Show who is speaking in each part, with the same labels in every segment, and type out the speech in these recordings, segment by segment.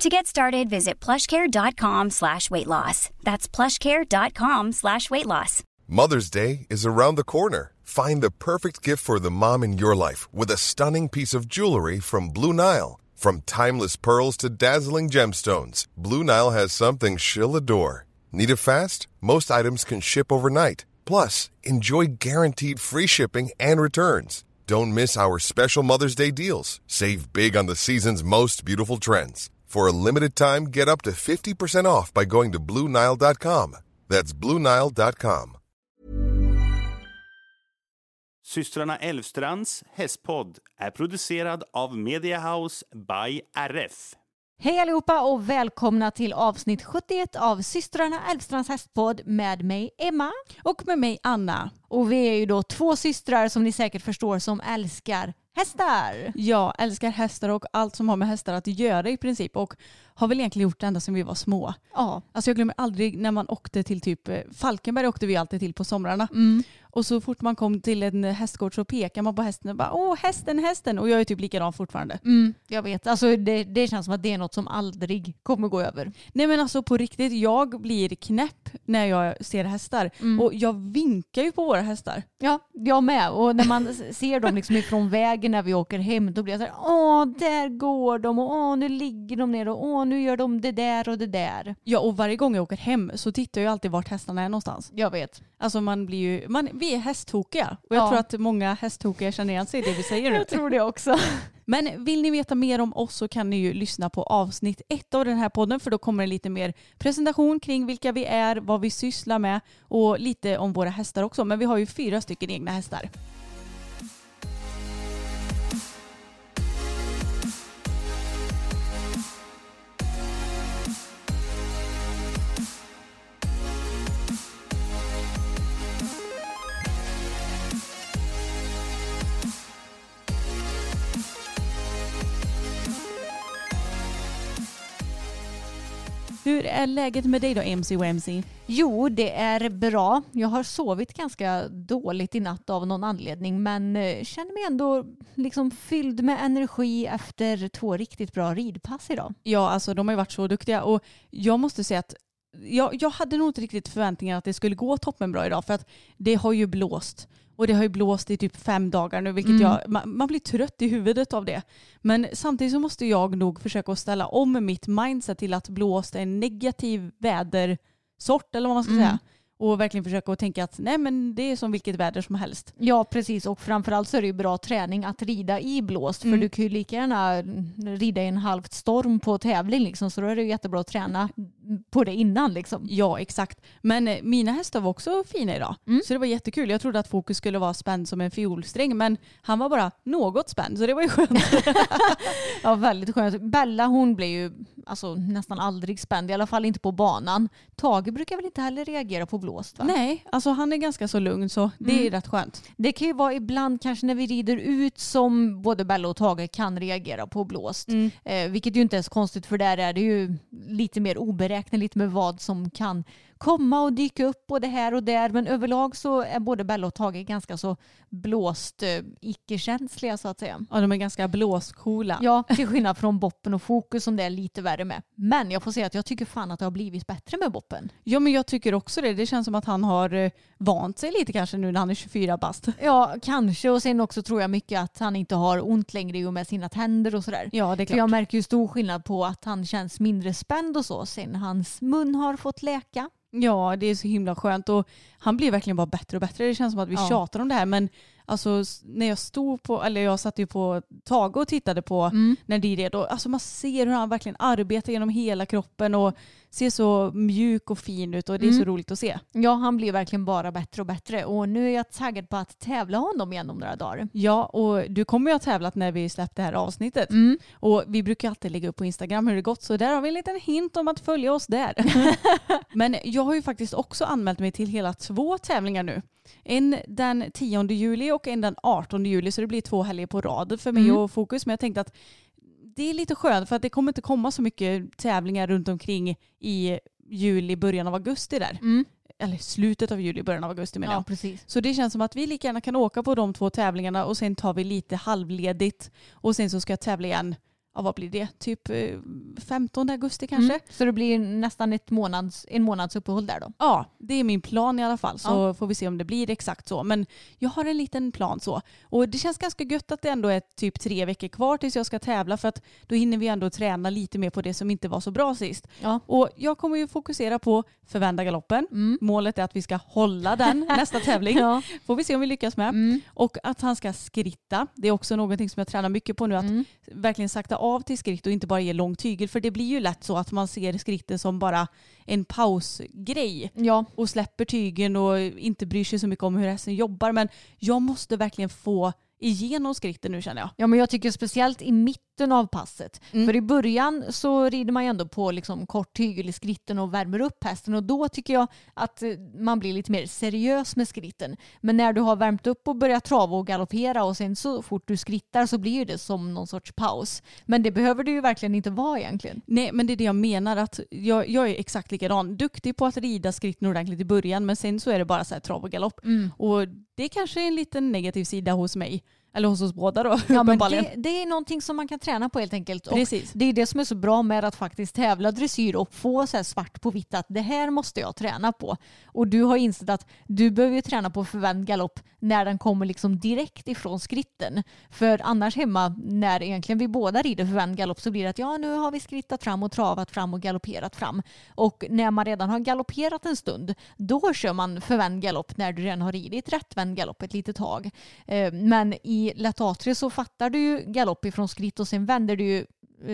Speaker 1: To get started, visit plushcare.com slash weight loss. That's plushcare.com slash weight loss.
Speaker 2: Mother's Day is around the corner. Find the perfect gift for the mom in your life with a stunning piece of jewelry from Blue Nile. From timeless pearls to dazzling gemstones, Blue Nile has something she'll adore. Need it fast? Most items can ship overnight. Plus, enjoy guaranteed free shipping and returns. Don't miss our special Mother's Day deals. Save big on the season's most beautiful trends. For a limited time, get up to 50% off by going to BlueNile.com. That's BlueNile.com.
Speaker 3: Systrarna Elvstrands hästpodd är producerad av Media House by RF.
Speaker 4: Hej allihopa och välkomna till avsnitt 71 av systrarna Älvstrands hästpodd med mig Emma.
Speaker 5: Och med mig Anna.
Speaker 4: Och vi är ju då två systrar som ni säkert förstår som älskar hästar.
Speaker 5: Jag älskar hästar och allt som har med hästar att göra i princip och har väl egentligen gjort det ända sedan vi var små.
Speaker 4: Ja.
Speaker 5: Alltså jag glömmer aldrig när man åkte till typ eh, Falkenberg åkte vi alltid till på somrarna.
Speaker 4: Mm.
Speaker 5: Och så fort man kom till en hästgård så pekade man på hästen och bara åh hästen, hästen och jag är typ likadan fortfarande.
Speaker 4: Mm, jag vet, alltså det, det känns som att det är något som aldrig kommer gå över.
Speaker 5: Nej men alltså på riktigt, jag blir knäpp när jag ser hästar
Speaker 4: Mm.
Speaker 5: och jag vinkar ju på våra hästar.
Speaker 4: Ja, jag med. Och när man s- ser dem liksom ifrån vägen när vi åker hem då blir jag så här, åh där går de och åh nu ligger de ner och åh nu gör de det där och det där.
Speaker 5: Ja och varje gång jag åker hem så tittar jag alltid vart hästarna är någonstans.
Speaker 4: Jag vet.
Speaker 5: Alltså man blir ju, man, vi är hästtokiga och jag
Speaker 4: Ja.
Speaker 5: tror att många hästtokiga känner igen sig i det vi säger nu.
Speaker 4: Jag tror det också.
Speaker 5: Men vill ni veta mer om oss så kan ni ju lyssna på avsnitt ett av den här podden för då kommer det lite mer presentation kring vilka vi är, vad vi sysslar med och lite om våra hästar också. Men vi har ju fyra stycken egna hästar. Hur är läget med dig då MC Wemzy?
Speaker 4: Jo, det är bra. Jag har sovit ganska dåligt i natt av någon anledning men eh, känner mig ändå liksom fylld med energi efter två riktigt bra ridpass idag.
Speaker 5: Ja alltså de har ju varit så duktiga och jag måste säga att jag, jag hade nog inte riktigt förväntningar att det skulle gå toppenbra idag för att det har ju blåst. Och det har ju blåst i typ fem dagar nu vilket
Speaker 4: Mm.
Speaker 5: jag, man, man blir trött i huvudet av det. Men samtidigt så måste jag nog försöka att ställa om mitt mindset till att blåst är en negativ vädersort eller vad man ska
Speaker 4: Mm.
Speaker 5: säga. Och verkligen försöka att tänka att nej men det är som vilket väder som helst.
Speaker 4: Ja, precis. Och framförallt så är det ju bra träning att rida i blåst.
Speaker 5: Mm.
Speaker 4: För du kan ju lika gärna rida i en halvt storm på tävling liksom. Så då är det ju jättebra att träna på det innan liksom.
Speaker 5: Ja exakt. Men eh, mina hästar var också fina idag.
Speaker 4: Mm.
Speaker 5: Så det var jättekul. Jag trodde att Fokus skulle vara spänd som en fiolsträng men han var bara något spänd så det var ju skönt.
Speaker 4: Ja, väldigt skönt. Bella hon blir ju alltså, nästan aldrig spänd, i alla fall inte på banan. Tage brukar väl inte heller reagera på blåst va?
Speaker 5: Nej, alltså han är ganska så lugn så det är
Speaker 4: Mm.
Speaker 5: rätt skönt.
Speaker 4: Det kan ju vara ibland kanske när vi rider ut som både Bella och Tage kan reagera på blåst. Eh, vilket ju inte är så konstigt för där är det ju lite mer oberäkneligt med vad som kan komma och dyka upp både här och där. Men överlag så är både Bella och Tage ganska så blåst eh, icke-känsliga så att säga.
Speaker 5: Ja, de är ganska blåscoola.
Speaker 4: Ja, till skillnad från Boppen och Fokus som det är lite värre med. Men jag får säga att jag tycker fan att det har blivit bättre med Boppen.
Speaker 5: Ja, men jag tycker också det. Det känns som att han har eh, vant sig lite kanske nu när han är 24 bast.
Speaker 4: Ja, kanske. Och sen också tror jag mycket att han inte har ont längre i och med sina tänder och sådär.
Speaker 5: Ja, det är
Speaker 4: För jag märker ju stor skillnad på att han känns mindre spänd och så sen hans mun har fått läka.
Speaker 5: Ja, det är så himla skönt och han blir verkligen bara bättre och bättre. Det känns som att vi
Speaker 4: Ja.
Speaker 5: tjatar om det här men alltså s- när jag stod på, eller jag satt ju på Tage och tittade på när de red och alltså man ser hur han verkligen arbetar genom hela kroppen och ser så mjuk och fin ut och det är så roligt att se.
Speaker 4: Ja, han blir verkligen bara bättre och bättre och nu är jag taggad på att tävla honom igen om några dagar.
Speaker 5: Ja, och du kommer ju ha tävlat när vi släppte det här avsnittet. Och vi brukar ju alltid lägga upp på Instagram hur det gått, så där har vi en liten hint om att följa oss där. Men jag har ju faktiskt också anmält mig till hela två tävlingar nu. En den 10 juli och en den 18 juli, så det blir två helger på rad för mig
Speaker 4: Mm.
Speaker 5: och Fokus. Men jag tänkte att det är lite skönt för att det kommer inte komma så mycket tävlingar runt omkring i juli, början av augusti där. Eller slutet av juli, början av augusti menar jag.
Speaker 4: Mm. Ja, precis.
Speaker 5: Så det känns som att vi lika gärna kan åka på de två tävlingarna och sen tar vi lite halvledigt och sen så ska jag tävla igen, ja vad blir det, typ eh, 15 augusti kanske?
Speaker 4: Mm. Så det blir nästan ett månads, en månads uppehåll där då.
Speaker 5: Ja, det är min plan i alla fall så
Speaker 4: Ja.
Speaker 5: får vi se om det blir exakt så. Men jag har en liten plan så. Och det känns ganska gött att det ändå är typ tre veckor kvar tills jag ska tävla för att då hinner vi ändå träna lite mer på det som inte var så bra sist.
Speaker 4: Ja.
Speaker 5: Och jag kommer ju fokusera på förvända galoppen. Målet är att vi ska hålla den nästa tävling.
Speaker 4: Ja.
Speaker 5: Får vi se om vi lyckas med. Och att han ska skritta. Det är också någonting som jag tränar mycket på nu. Att verkligen sakta av till skritt och inte bara ge lång tygel. För det blir ju lätt så att man ser skritten som bara en pausgrej.
Speaker 4: Ja.
Speaker 5: Och släpper tygen och inte bryr sig så mycket om hur hästen jobbar. Men jag måste verkligen få igenom skritten nu känner jag.
Speaker 4: Ja men jag tycker speciellt i mitten av passet. För i början så rider man ju ändå på liksom kort tygel i skritten och värmer upp hästen och då tycker jag att eh, man blir lite mer seriös med skritten. Men när du har värmt upp och börjat trava och galoppera och sen så fort du skrittar så blir ju det som någon sorts paus. Men det behöver det ju verkligen inte vara egentligen.
Speaker 5: Nej men det är det jag menar att jag, jag är exakt likadan. Duktig på att rida skritten ordentligt i början men sen så är det bara så här trav och galopp.
Speaker 4: Mm.
Speaker 5: Och det kanske är en liten negativ sida hos mig. Eller hos oss båda då
Speaker 4: Ja, men
Speaker 5: uppenbarligen.
Speaker 4: det, det är någonting som man kan träna på helt enkelt. Och
Speaker 5: Precis.
Speaker 4: Det är det som är så bra med att faktiskt tävla dressyr och få så här svart på vitt att det här måste jag träna på. Och du har insett att du behöver ju träna på förvänd galopp när den kommer liksom direkt ifrån skritten. För annars hemma när egentligen vi båda rider förvänd galopp så blir det att ja nu har vi skrittat fram och travat fram och galopperat fram. Och när man redan har galopperat en stund då kör man förvänd galopp när du redan har ridit rättvänd galopp ett litet tag. Eh, Men i lätt A3 så fattar du ju galopp ifrån skritt och sen vänder du ju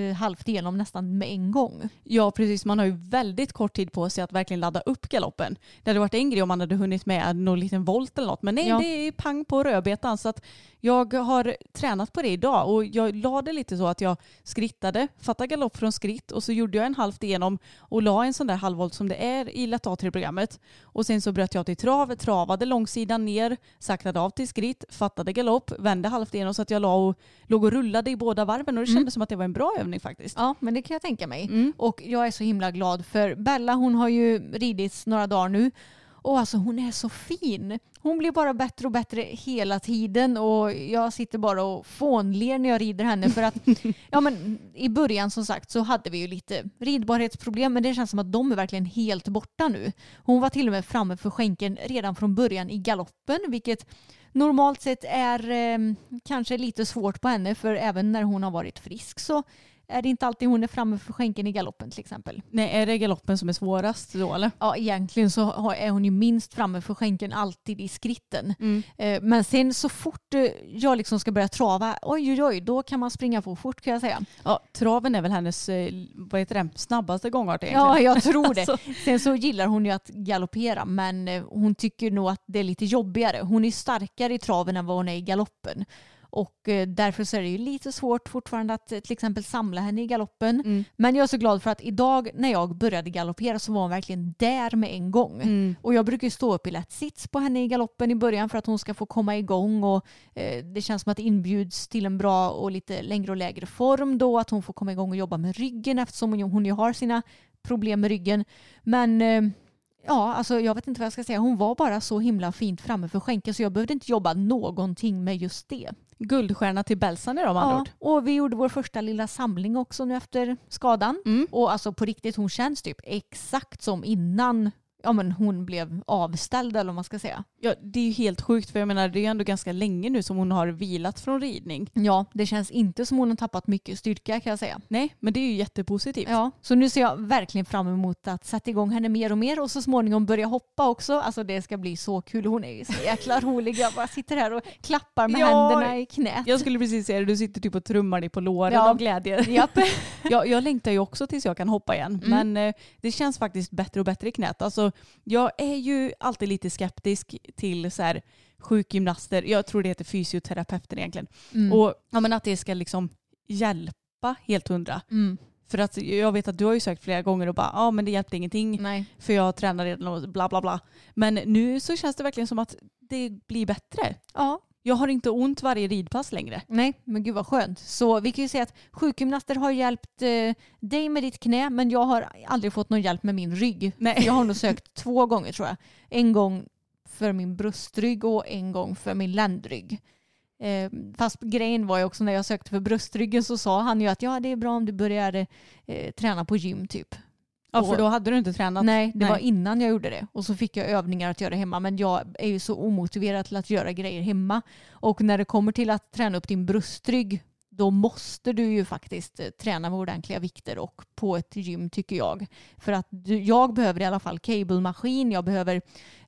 Speaker 4: eh, halvt igenom nästan med en gång.
Speaker 5: Ja precis, man har ju väldigt kort tid på sig att verkligen ladda upp galoppen. Det hade varit en grej om man hade hunnit med någon liten volt eller något. Men nej,
Speaker 4: Ja.
Speaker 5: det är pang på rödbetan. Så att jag har tränat på det idag och jag la det lite så att jag skrittade, fattade galopp från skritt och så gjorde jag en halvt igenom och la en sån där halvvolt som det är i lätt A3-programmet. Och sen så bröt jag till trav, travade långsidan ner, saktade av till skritt, fattade galopp, vände halvt igenom så att jag la och, låg och rullade i båda varven och det kändes som att det var en bra övning faktiskt.
Speaker 4: Ja, men det kan jag tänka mig. Och jag är så himla glad för Bella hon har ju ridits några dagar nu och alltså hon är så fin. Hon blir bara bättre och bättre hela tiden och jag sitter bara och fånler när jag rider henne för att ja, men i början som sagt så hade vi ju lite ridbarhetsproblem men det känns som att de är verkligen helt borta nu. Hon var till och med framme för skänken redan från början i galoppen vilket normalt sett är eh, kanske lite svårt på henne för även när hon har varit frisk så är det inte alltid hon är framme för skänken i galoppen till exempel.
Speaker 5: Nej, är det galoppen som är svårast då eller?
Speaker 4: Ja, egentligen så har- är hon ju minst framme för skänken alltid i skritten. Eh, Men sen så fort eh, jag liksom ska börja trava, oj oj oj, då kan man springa på fort kan jag säga.
Speaker 5: Ja, traven är väl hennes eh, vad heter det, snabbaste gångart egentligen.
Speaker 4: Ja, jag tror det.
Speaker 5: Alltså.
Speaker 4: Sen så gillar hon ju att galoppera men eh, hon tycker nog att det är lite jobbigare. Hon är starkare i traven än vad hon är i galoppen. Och eh, därför så är det ju lite svårt fortfarande att eh, till exempel samla henne i galoppen.
Speaker 5: Mm.
Speaker 4: Men jag är så glad för att idag när jag började galoppera så var hon verkligen där med en gång. Och jag brukar ju stå upp i lätt sits på henne i galoppen i början för att hon ska få komma igång och eh, det känns som att det inbjuds till en bra och lite längre och lägre form då. Att hon får komma igång och jobba med ryggen eftersom hon ju- hon ju har sina problem med ryggen. Men eh, ja, alltså jag vet inte vad jag ska säga. Hon var bara så himla fint framme för skänken så jag behövde inte jobba någonting med just det.
Speaker 5: Guldstjärna till Belsan idag med andra ord.
Speaker 4: och vi gjorde vår första lilla samling
Speaker 5: Mm.
Speaker 4: också nu efter skadan. Och alltså på riktigt, hon känns typ exakt som innan ja, men hon blev avställd eller vad man ska säga.
Speaker 5: Ja, det är ju helt sjukt för jag menar det är ju ändå ganska länge nu som hon har vilat från ridning.
Speaker 4: Ja, det känns inte som hon har tappat mycket styrka kan jag säga.
Speaker 5: Nej, men det är ju jättepositivt.
Speaker 4: Ja, så nu ser jag verkligen fram emot att sätta igång henne mer och mer och så småningom börja hoppa också. Alltså det ska bli så kul. Hon är ju så jäkla rolig. Jag bara sitter här och klappar med
Speaker 5: Ja,
Speaker 4: händerna i knät.
Speaker 5: Jag skulle precis säga det, du sitter typ och trummar dig på låren
Speaker 4: Ja.
Speaker 5: av glädje.
Speaker 4: Japp.
Speaker 5: Jag, jag längtar ju också tills jag kan hoppa igen.
Speaker 4: Mm.
Speaker 5: Men eh, det känns faktiskt bättre och bättre i knät. Alltså, jag är ju alltid lite skeptisk till så här, sjukgymnaster. Jag tror det heter fysioterapeuter egentligen.
Speaker 4: Mm.
Speaker 5: Och ja, men att det ska liksom hjälpa helt hundra.
Speaker 4: Mm.
Speaker 5: För att jag vet att du har ju sökt flera gånger och bara ja men det hjälpte ingenting
Speaker 4: Nej.
Speaker 5: för jag tränar redan och bla bla bla. Men nu så känns det verkligen som att det blir bättre.
Speaker 4: Ja,
Speaker 5: Jag har inte ont varje ridpass längre.
Speaker 4: nej, men gud vad skönt. Så vi kan ju säga att sjukgymnaster har hjälpt eh, dig med ditt knä men jag har aldrig fått någon hjälp med min rygg.
Speaker 5: Nej.
Speaker 4: För Jag har nog sökt två gånger tror jag. En gång för min bröstrygg och en gång för min ländrygg. Eh, fast grejen var ju också när jag sökte för bröstryggen så sa han ju att ja det är bra om du börjar eh, träna på gym typ.
Speaker 5: Ja för då hade du inte tränat.
Speaker 4: Nej, det
Speaker 5: Nej.
Speaker 4: var innan jag gjorde det. Och så fick jag övningar att göra hemma. Men jag är ju så omotiverad till att göra grejer hemma. Och när det kommer till att träna upp din bröstrygg, då måste du ju faktiskt eh, träna med ordentliga vikter och på ett gym tycker jag. För att du, jag behöver i alla fall cablemaskin, jag behöver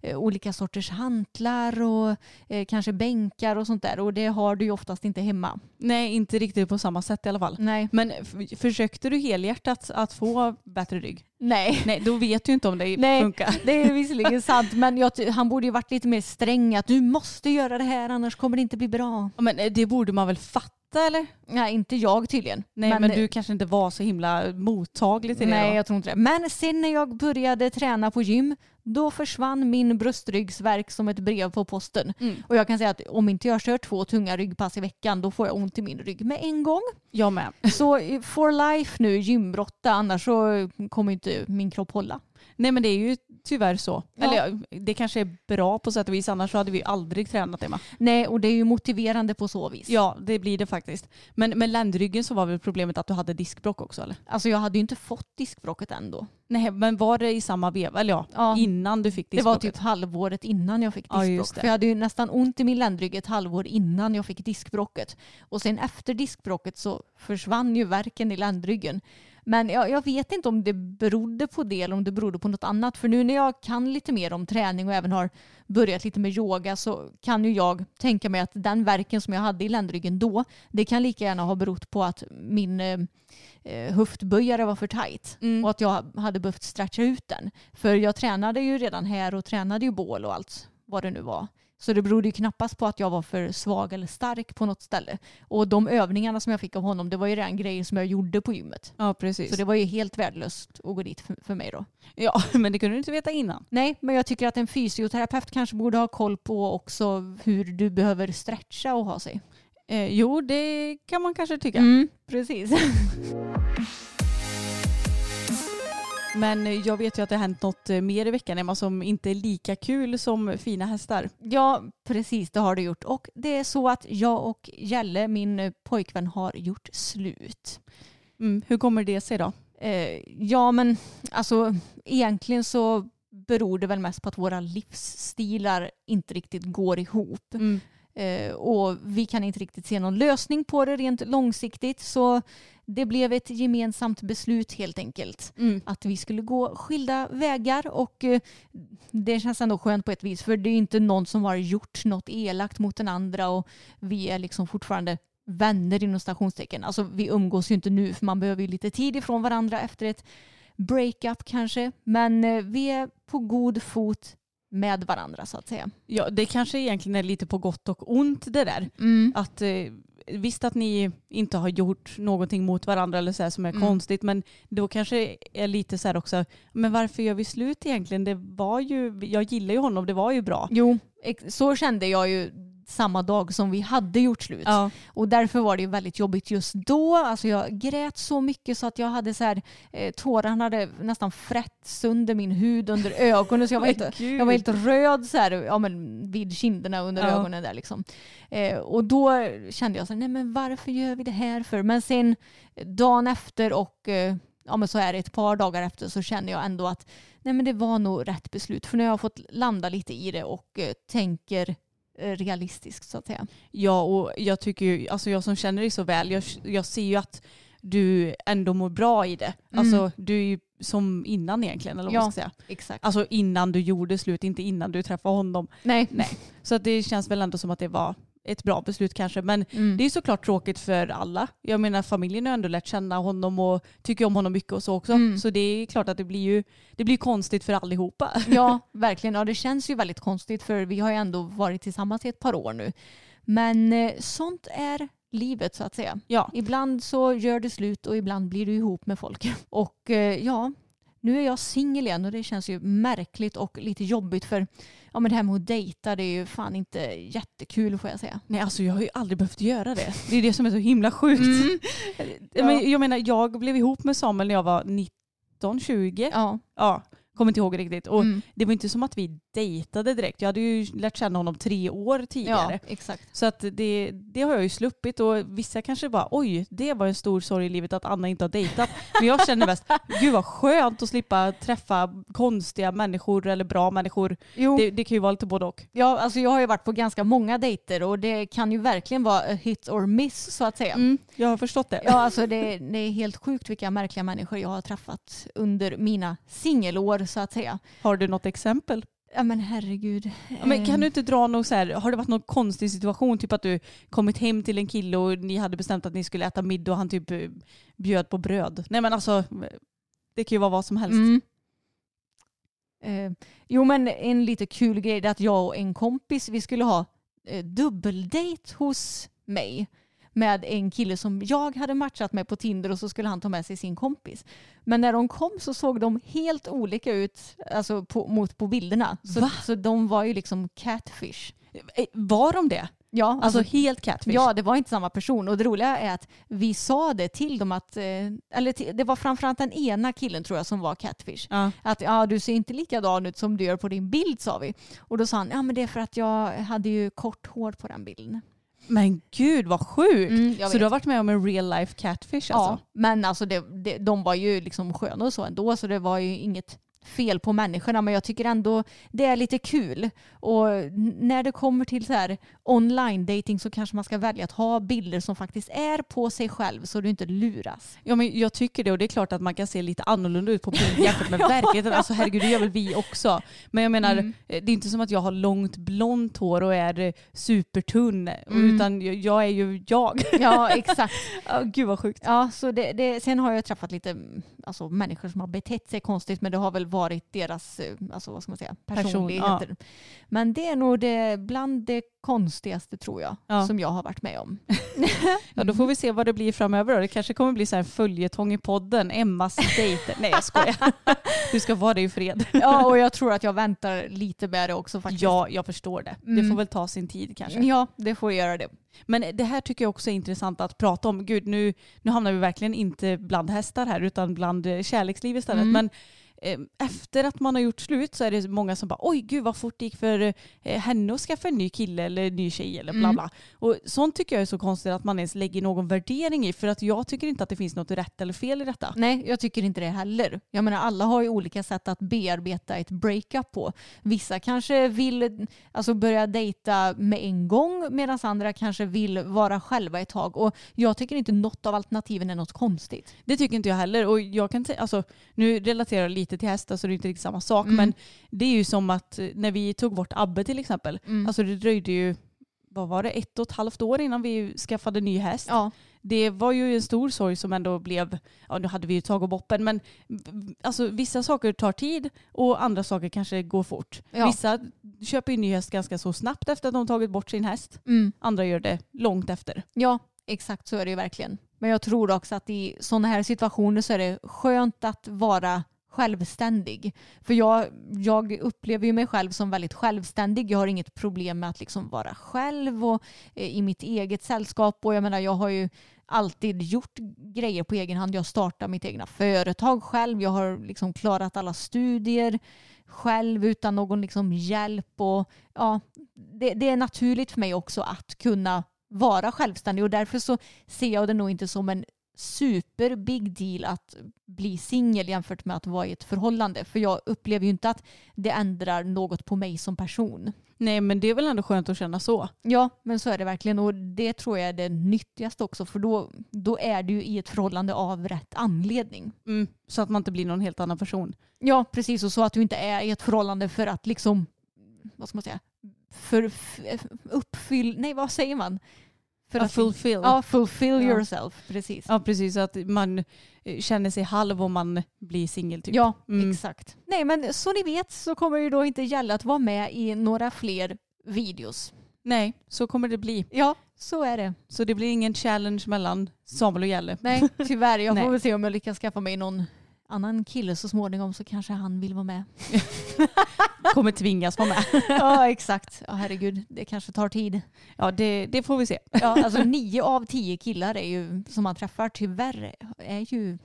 Speaker 4: eh, olika sorters hantlar och eh, kanske bänkar och sånt där. Och det har du ju oftast inte hemma.
Speaker 5: Nej inte riktigt på samma sätt i alla fall.
Speaker 4: Nej.
Speaker 5: Men f- försökte du helhjärtat att få bättre rygg?
Speaker 4: Nej.
Speaker 5: Nej då vet du inte om det
Speaker 4: Nej.
Speaker 5: funkar.
Speaker 4: Det är visserligen sant, men jag, ty- han borde ju varit lite mer sträng att du måste göra det här annars kommer det inte bli bra.
Speaker 5: Ja, Men eh, det borde man väl fatta eller?
Speaker 4: Nej, inte jag tydligen.
Speaker 5: Nej men, du kanske inte var så himla mottaglig till
Speaker 4: Nej,
Speaker 5: det då.
Speaker 4: jag tror inte det. Men sen när jag började träna på gym, då försvann min bröstryggsverk som ett brev på posten.
Speaker 5: Mm.
Speaker 4: Och jag kan säga att om inte jag kör två tunga ryggpass i veckan, då får jag ont i min rygg med en gång.
Speaker 5: Jag med.
Speaker 4: Så eh, for life nu, gymbrotta, annars så kommer inte min kropp hålla.
Speaker 5: Nej men det är ju tyvärr så.
Speaker 4: Ja.
Speaker 5: Eller ja, det kanske är bra på sätt och vis annars så hade vi ju aldrig tränat Emma.
Speaker 4: Nej, och det är ju motiverande på så vis.
Speaker 5: Ja, det blir det faktiskt. Men med ländryggen så var väl problemet att du hade diskbråck också eller?
Speaker 4: Alltså jag hade ju inte fått diskbråcket ändå.
Speaker 5: Nej, men var det i samma veva? Eller ja,
Speaker 4: Ja.
Speaker 5: innan du fick
Speaker 4: Det var
Speaker 5: diskbråcket?
Speaker 4: typ halvåret innan jag fick
Speaker 5: Ja, just
Speaker 4: diskbråck.
Speaker 5: det.
Speaker 4: för jag hade ju nästan ont i min ländrygg ett halvår innan jag fick diskbråcket. Och sen efter diskbråcket så försvann ju värken i ländryggen. Men jag, jag vet inte om det berodde på det eller om det berodde på något annat. För nu när jag kan lite mer om träning och även har börjat lite med yoga så kan ju jag tänka mig att den värken som jag hade i ländryggen då, det kan lika gärna ha berott på att min eh, eh, höftböjare var för tajt
Speaker 5: Mm.
Speaker 4: och att jag hade behövt stretcha ut den. För jag tränade ju redan här och tränade ju bål och allt vad det nu var. Så det berodde ju knappast på att jag var för svag eller stark på något ställe. Och de övningarna som jag fick av honom det var ju redan grejer som jag gjorde på gymmet.
Speaker 5: Ja, precis.
Speaker 4: Så det var ju helt värdelöst att gå dit för, för mig då.
Speaker 5: Ja, men det kunde du inte veta innan.
Speaker 4: Nej, men jag tycker att en fysioterapeut kanske borde ha koll på också hur du behöver stretcha och ha sig.
Speaker 5: Eh, jo, det kan man kanske tycka.
Speaker 4: Mm, precis.
Speaker 5: Men eh, jag vet ju att det har hänt något eh, mer i veckan Emma som inte är lika kul som fina hästar.
Speaker 4: Ja, precis det har du gjort. Och det är så att jag och Jelle, min eh, pojkvän, har gjort slut.
Speaker 5: Mm, hur kommer det sig då?
Speaker 4: Eh, ja, men alltså egentligen så beror det väl mest på att våra livsstilar inte riktigt går ihop.
Speaker 5: Mm,
Speaker 4: Eh, och vi kan inte riktigt se någon lösning på det rent långsiktigt. Så det blev ett gemensamt beslut helt enkelt.
Speaker 5: Mm.
Speaker 4: Att vi skulle gå skilda vägar och eh, det känns ändå skönt på ett vis. För det är inte någon som har gjort något elakt mot den andra och vi är liksom fortfarande vänner inom stationstecken. Alltså vi umgås ju inte nu för man behöver ju lite tid ifrån varandra efter ett breakup kanske. Men eh, vi är på god fot med varandra så att säga.
Speaker 5: Ja, det kanske egentligen är lite på gott och ont det där.
Speaker 4: Mm.
Speaker 5: Att, eh, visst att ni inte har gjort någonting mot varandra eller så här som är
Speaker 4: Mm.
Speaker 5: konstigt men då kanske är lite så här också, men varför gör vi slut egentligen? Det var ju, jag gillar ju honom, det var ju bra.
Speaker 4: Jo, ex- så kände jag ju samma dag som vi hade gjort slut. Och därför var det ju väldigt jobbigt just då. Alltså jag grät så mycket så att jag hade så här, eh, tårarna hade nästan frätt sönder min hud under ögonen. Så jag var helt,
Speaker 5: Gud.
Speaker 4: jag var helt röd så här, ja, men vid kinderna under
Speaker 5: Ja.
Speaker 4: ögonen. där liksom. eh, Och då kände jag så här, nej men varför gör vi det här för? Men sen eh, dagen efter och eh, ja, men så här ett par dagar efter så känner jag ändå att nej, men det var nog rätt beslut. För nu har jag fått landa lite i det och eh, tänker eh, realistiskt så att säga.
Speaker 5: Ja, och jag tycker ju, alltså jag som känner dig så väl, jag, jag ser ju att du ändå mår bra i det.
Speaker 4: Mm.
Speaker 5: Alltså du är ju som innan egentligen, eller vad
Speaker 4: Ja.
Speaker 5: man ska säga.
Speaker 4: Exakt.
Speaker 5: Alltså innan du gjorde slut, inte innan du träffade honom.
Speaker 4: nej.
Speaker 5: Nej. Så att det känns väl ändå som att det var ett bra beslut kanske. Men
Speaker 4: Mm.
Speaker 5: det är ju såklart tråkigt för alla. Jag menar familjen har ändå lärt känna honom och tycker om honom mycket och så också.
Speaker 4: Mm.
Speaker 5: Så det är klart att det blir ju det blir konstigt för allihopa.
Speaker 4: Ja, verkligen. Ja, det känns ju väldigt konstigt för vi har ju ändå varit tillsammans i ett par år nu. Men eh, sånt är livet så att säga.
Speaker 5: Ja.
Speaker 4: Ibland så gör du slut och ibland blir du ihop med folk. Och eh, ja, nu är jag singel igen och det känns ju märkligt och lite jobbigt för ja, men det här med att dejta det är ju fan inte jättekul får jag säga.
Speaker 5: Nej alltså jag har ju aldrig behövt göra det. Det är det som är så himla sjukt.
Speaker 4: Mm. Ja.
Speaker 5: Men jag menar jag blev ihop med Samuel när jag var 19, 20. Ja.
Speaker 4: Ja.
Speaker 5: kommer inte ihåg riktigt. Och
Speaker 4: Mm.
Speaker 5: det var inte som att vi dejtade direkt. Jag hade ju lärt känna honom tre år tidigare.
Speaker 4: ja, exakt.
Speaker 5: Så att det, det har jag ju sluppit och vissa kanske bara oj, det var en stor sorg i livet att Anna inte har dejtat. Men jag känner mest, gud vad skönt att slippa träffa konstiga människor eller bra människor.
Speaker 4: Jo.
Speaker 5: Det, det kan ju vara lite både och.
Speaker 4: Ja, alltså jag har ju varit på ganska många dejter och det kan ju verkligen vara a hit or miss så att säga.
Speaker 5: Jag har förstått det.
Speaker 4: Ja, alltså det, det är helt sjukt vilka märkliga människor jag har träffat under mina singelår så att säga.
Speaker 5: Har du något exempel?
Speaker 4: Ja men herregud. Eh,
Speaker 5: Ja, Men kan du inte dra någon så här, har det varit någon konstig situation? Typ att du kommit hem till en kille och ni hade bestämt att ni skulle äta middag och han typ eh, bjöd på bröd. Nej men alltså, det kan ju vara vad som helst.
Speaker 4: Mm. Eh, jo men en lite kul grej är att jag och en kompis vi skulle ha eh, dubbeldejt hos mig med en kille som jag hade matchat med på Tinder och så skulle han ta med sig sin kompis. Men när de kom så såg de helt olika ut alltså på, mot på bilderna. Så, så de var ju liksom catfish.
Speaker 5: Eh, Var de det?
Speaker 4: Ja,
Speaker 5: Alltså helt catfish?
Speaker 4: Ja, det var inte samma person. Och det roliga är att vi sa det till dem att, eh, eller till, det var framförallt den ena killen tror jag som var catfish.
Speaker 5: Ja.
Speaker 4: Att ja, du ser inte likadan ut som du gör på din bild sa vi. Och då sa han, ja men det är för att jag hade ju kort hår på den bilden.
Speaker 5: Men gud vad sjukt!
Speaker 4: Mm, jag
Speaker 5: så
Speaker 4: vet.
Speaker 5: du har varit med om en real life catfish alltså?
Speaker 4: Ja, men alltså det, det, de var ju liksom sköna och så ändå så det var ju inget fel på människorna men jag tycker ändå det är lite kul och n- när det kommer till så här online dating så kanske man ska välja att ha bilder som faktiskt är på sig själv så du inte luras.
Speaker 5: Ja. men jag tycker det och det är klart att man kan se lite annorlunda ut på bild jämfört med verkligheten. Alltså herregud det gör väl vi också. Men jag menar eh, det är inte som att jag har långt blont hår och är eh, supertunn. Utan jag- jag är ju jag.
Speaker 4: Ja, exakt.
Speaker 5: Ja, gud vad sjukt.
Speaker 4: Ja, så det, det, sen har jag träffat lite mm, alltså, människor som har betett sig konstigt men det har väl varit deras eh, alltså, vad ska man säga,
Speaker 5: Person,
Speaker 4: personligheter. Men det är nog det, bland det konstigaste tror jag
Speaker 5: Ja.
Speaker 4: som jag har varit med om.
Speaker 5: Ja, då får vi se vad det blir framöver då. Det kanske kommer bli så här en följetong i podden. Emmas dejter. Nej jag skojar. Du ska vara det i fred.
Speaker 4: Ja, och jag tror att jag väntar lite med det också faktiskt.
Speaker 5: Ja, jag förstår det. Det
Speaker 4: Mm.
Speaker 5: får väl ta sin tid kanske.
Speaker 4: ja det får jag göra det.
Speaker 5: Men det här tycker jag också är intressant att prata om. Gud, nu, nu hamnar vi verkligen inte bland hästar här utan bland eh, kärleksliv istället.
Speaker 4: Mm.
Speaker 5: Men eh, efter att man har gjort slut så är det många som bara oj gud vad fort det gick för eh, henne att skaffa en ny kille eller ny tjej eller bla
Speaker 4: Mm.
Speaker 5: bla. Och sånt tycker jag är så konstigt att man ens lägger någon värdering i för att jag tycker inte att det finns något rätt eller fel i detta.
Speaker 4: Nej, jag tycker inte det heller. Jag menar alla har ju olika sätt att bearbeta ett breakup på. Vissa kanske vill alltså, börja dejta med en gång medan andra kanske vill vara själva ett tag. Och jag tycker inte något av alternativen är något konstigt.
Speaker 5: Det tycker inte jag heller. Och jag kan säga, alltså, nu relaterar jag lite till hästar så det är inte riktigt samma sak.
Speaker 4: Mm.
Speaker 5: Men det är ju som att eh, när vi tog bort Abbe till exempel.
Speaker 4: Mm.
Speaker 5: Alltså det dröjde ju vad var det, ett och ett halvt år innan vi skaffade ny häst.
Speaker 4: Ja,
Speaker 5: Det var ju en stor sorg som ändå blev, ja nu hade vi ju tag och boppen, men v- alltså, vissa saker tar tid och andra saker kanske går fort.
Speaker 4: Ja.
Speaker 5: Vissa köper ju ny häst ganska så snabbt efter att de tagit bort sin häst.
Speaker 4: mm.
Speaker 5: Andra gör det långt efter.
Speaker 4: ja exakt så är det ju verkligen. Men jag tror också att i sådana här situationer så är det skönt att vara självständig. För jag, jag upplever ju mig själv som väldigt självständig. Jag har inget problem med att liksom vara själv och eh, i mitt eget sällskap. Och jag menar, jag har ju alltid gjort grejer på egen hand. Jag startade mitt egna företag själv. Jag har liksom klarat alla studier själv utan någon liksom hjälp. Och, ja, det, det är naturligt för mig också att kunna vara självständig och därför så ser jag det nog inte som en super big deal att bli singel jämfört med att vara i ett förhållande. För jag upplever ju inte att det ändrar något på mig som person.
Speaker 5: Nej men det är väl ändå skönt att känna så.
Speaker 4: Ja, men så är det verkligen. Och det tror jag är det nyttigaste också. För då, då är du ju i ett förhållande av rätt anledning.
Speaker 5: Mm. Så att man inte blir någon helt annan person.
Speaker 4: Ja, precis. Och så att du inte är i ett förhållande för att liksom, vad ska man säga, för f- uppfyll, nej vad säger man? För
Speaker 5: Att fulfill.
Speaker 4: Ja, fulfill
Speaker 5: Ja.
Speaker 4: yourself. Precis.
Speaker 5: Ja precis, så att man eh, känner sig halv om man blir singel typ.
Speaker 4: Ja,
Speaker 5: Mm.
Speaker 4: exakt. Nej, men så ni vet så kommer det ju då inte gälla att vara med i några fler videos.
Speaker 5: Nej, så kommer det bli.
Speaker 4: Ja, så är det.
Speaker 5: Så det blir ingen challenge mellan Samuel och Jalle.
Speaker 4: Nej, tyvärr. Jag
Speaker 5: Nej.
Speaker 4: får väl se om jag lyckas skaffa mig någon annan kille så småningom så kanske han vill vara med.
Speaker 5: Kommer tvingas vara med.
Speaker 4: ja, exakt. Ja, herregud, det kanske tar tid.
Speaker 5: Ja det, det får vi se.
Speaker 4: Ja, alltså nio av tio killar är ju, som man träffar tyvärr är ju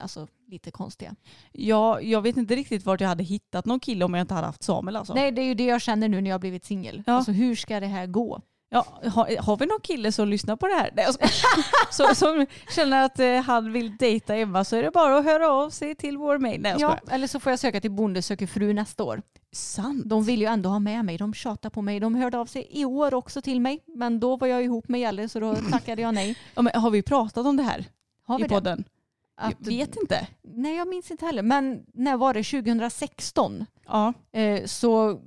Speaker 4: alltså, lite konstiga.
Speaker 5: Ja, jag vet inte riktigt vart jag hade hittat någon kille om jag inte hade haft Samuel alltså.
Speaker 4: Nej, det är ju det jag känner nu när jag har blivit singel.
Speaker 5: Ja.
Speaker 4: Alltså hur ska det här gå?
Speaker 5: Ja, har, har vi någon kille som lyssnar på det här? Nej, jag skojar. så, som känner att eh, han vill dejta Emma så är det bara att höra av sig till vår mail. Nej jag
Speaker 4: Ja,
Speaker 5: skojar.
Speaker 4: eller så får jag söka till Bonde söker fru nästa år.
Speaker 5: Sant.
Speaker 4: De vill ju ändå ha med mig. De tjatar på mig. De hörde av sig i år också till mig. Men då var jag ihop med Jalle så då tackade jag nej.
Speaker 5: Ja, men har vi pratat om det här
Speaker 4: Har vi
Speaker 5: i
Speaker 4: det?
Speaker 5: podden?
Speaker 4: Att,
Speaker 5: Jag vet inte.
Speaker 4: Nej, jag minns inte heller. Men när var det? 2016
Speaker 5: Ja.
Speaker 4: eh, så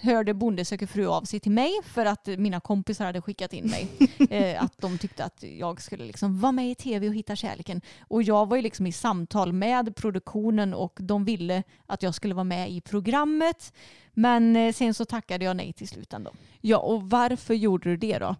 Speaker 4: hörde Bonde söker fru av sig till mig för att eh, mina kompisar hade skickat in mig. eh, att de tyckte att jag skulle liksom vara med i tv och hitta kärleken. Och jag var ju liksom i samtal med produktionen och de ville att jag skulle vara med i programmet. Men eh, sen så tackade jag nej till slut ändå.
Speaker 5: ja, och varför gjorde du det då?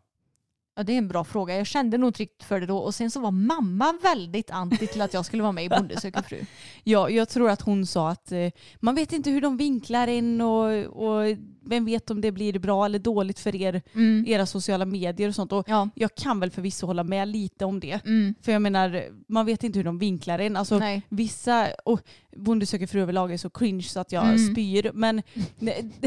Speaker 4: Ja, det är en bra fråga. Jag kände nog inte riktigt för det då. Och sen så var mamma väldigt anti till att jag skulle vara med i Bonde söker fru.
Speaker 5: Ja, jag tror att hon sa att eh, man vet inte hur de vinklar in och, och vem vet om det blir bra eller dåligt för er,
Speaker 4: Mm.
Speaker 5: era sociala medier och sånt. Och
Speaker 4: Ja.
Speaker 5: jag kan väl förvisso hålla med lite om det.
Speaker 4: Mm.
Speaker 5: För jag menar, man vet inte hur de vinklar in. Alltså,
Speaker 4: Nej.
Speaker 5: Vissa, och Bonde söker fru överlag är så cringe så att jag
Speaker 4: Mm.
Speaker 5: spyr. Men,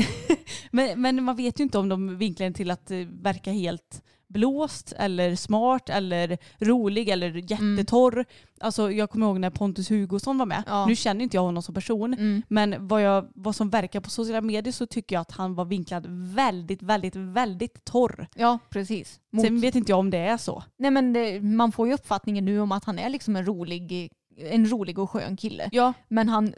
Speaker 5: men, men man vet ju inte om de vinklar in till att eh, verka helt blåst eller smart eller rolig eller
Speaker 4: Mm.
Speaker 5: jättetorr. Alltså, jag kommer ihåg när Pontus Hugosson var med.
Speaker 4: Ja.
Speaker 5: Nu känner inte jag honom som person.
Speaker 4: Mm.
Speaker 5: Men vad, jag, vad som verkar på sociala medier så tycker jag att han var vinklad väldigt, väldigt, väldigt torr.
Speaker 4: Ja, precis. Mot...
Speaker 5: Sen vet inte jag om det är så.
Speaker 4: Nej, men det, man får ju uppfattningen nu om att han är liksom en rolig, en rolig och skön kille.
Speaker 5: Ja,
Speaker 4: Men han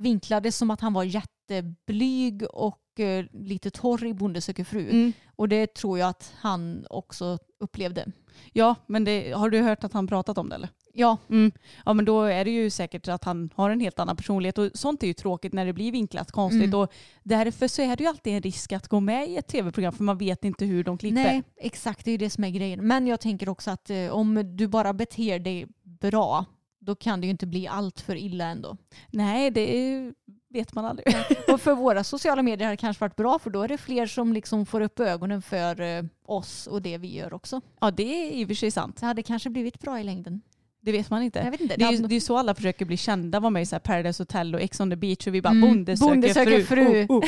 Speaker 4: vinklades som att han var jätteblyg och eh, lite torr i Bonde söker fru.
Speaker 5: mm.
Speaker 4: Och det tror jag att han också upplevde.
Speaker 5: ja men det, har du hört att han pratat om det eller?
Speaker 4: Ja,
Speaker 5: Mm. Ja men då är det ju säkert att han har en helt annan personlighet och sånt är ju tråkigt när det blir vinklat konstigt
Speaker 4: Mm.
Speaker 5: och därför så är det ju alltid en risk att gå med i ett tv-program för man vet inte hur de klipper.
Speaker 4: Nej, exakt. Det är ju det som är grejen. Men jag tänker också att eh, om du bara beter dig bra, då kan det ju inte bli allt för illa ändå.
Speaker 5: Nej det är, vet man aldrig.
Speaker 4: Och för våra sociala medier har det kanske varit bra, för då är det fler som liksom får upp ögonen för eh, oss och det vi gör också.
Speaker 5: Ja det är i och för sig sant.
Speaker 4: Det hade kanske blivit bra i längden.
Speaker 5: Det vet man inte.
Speaker 4: Jag vet inte.
Speaker 5: Det är, ju,
Speaker 4: hade-
Speaker 5: det är ju så alla försöker bli kända, var med i så här Paradise Hotel och Ex on the beach och vi bara
Speaker 4: Mm.
Speaker 5: bonde söker,
Speaker 4: Bonde söker fru."
Speaker 5: Oh, oh.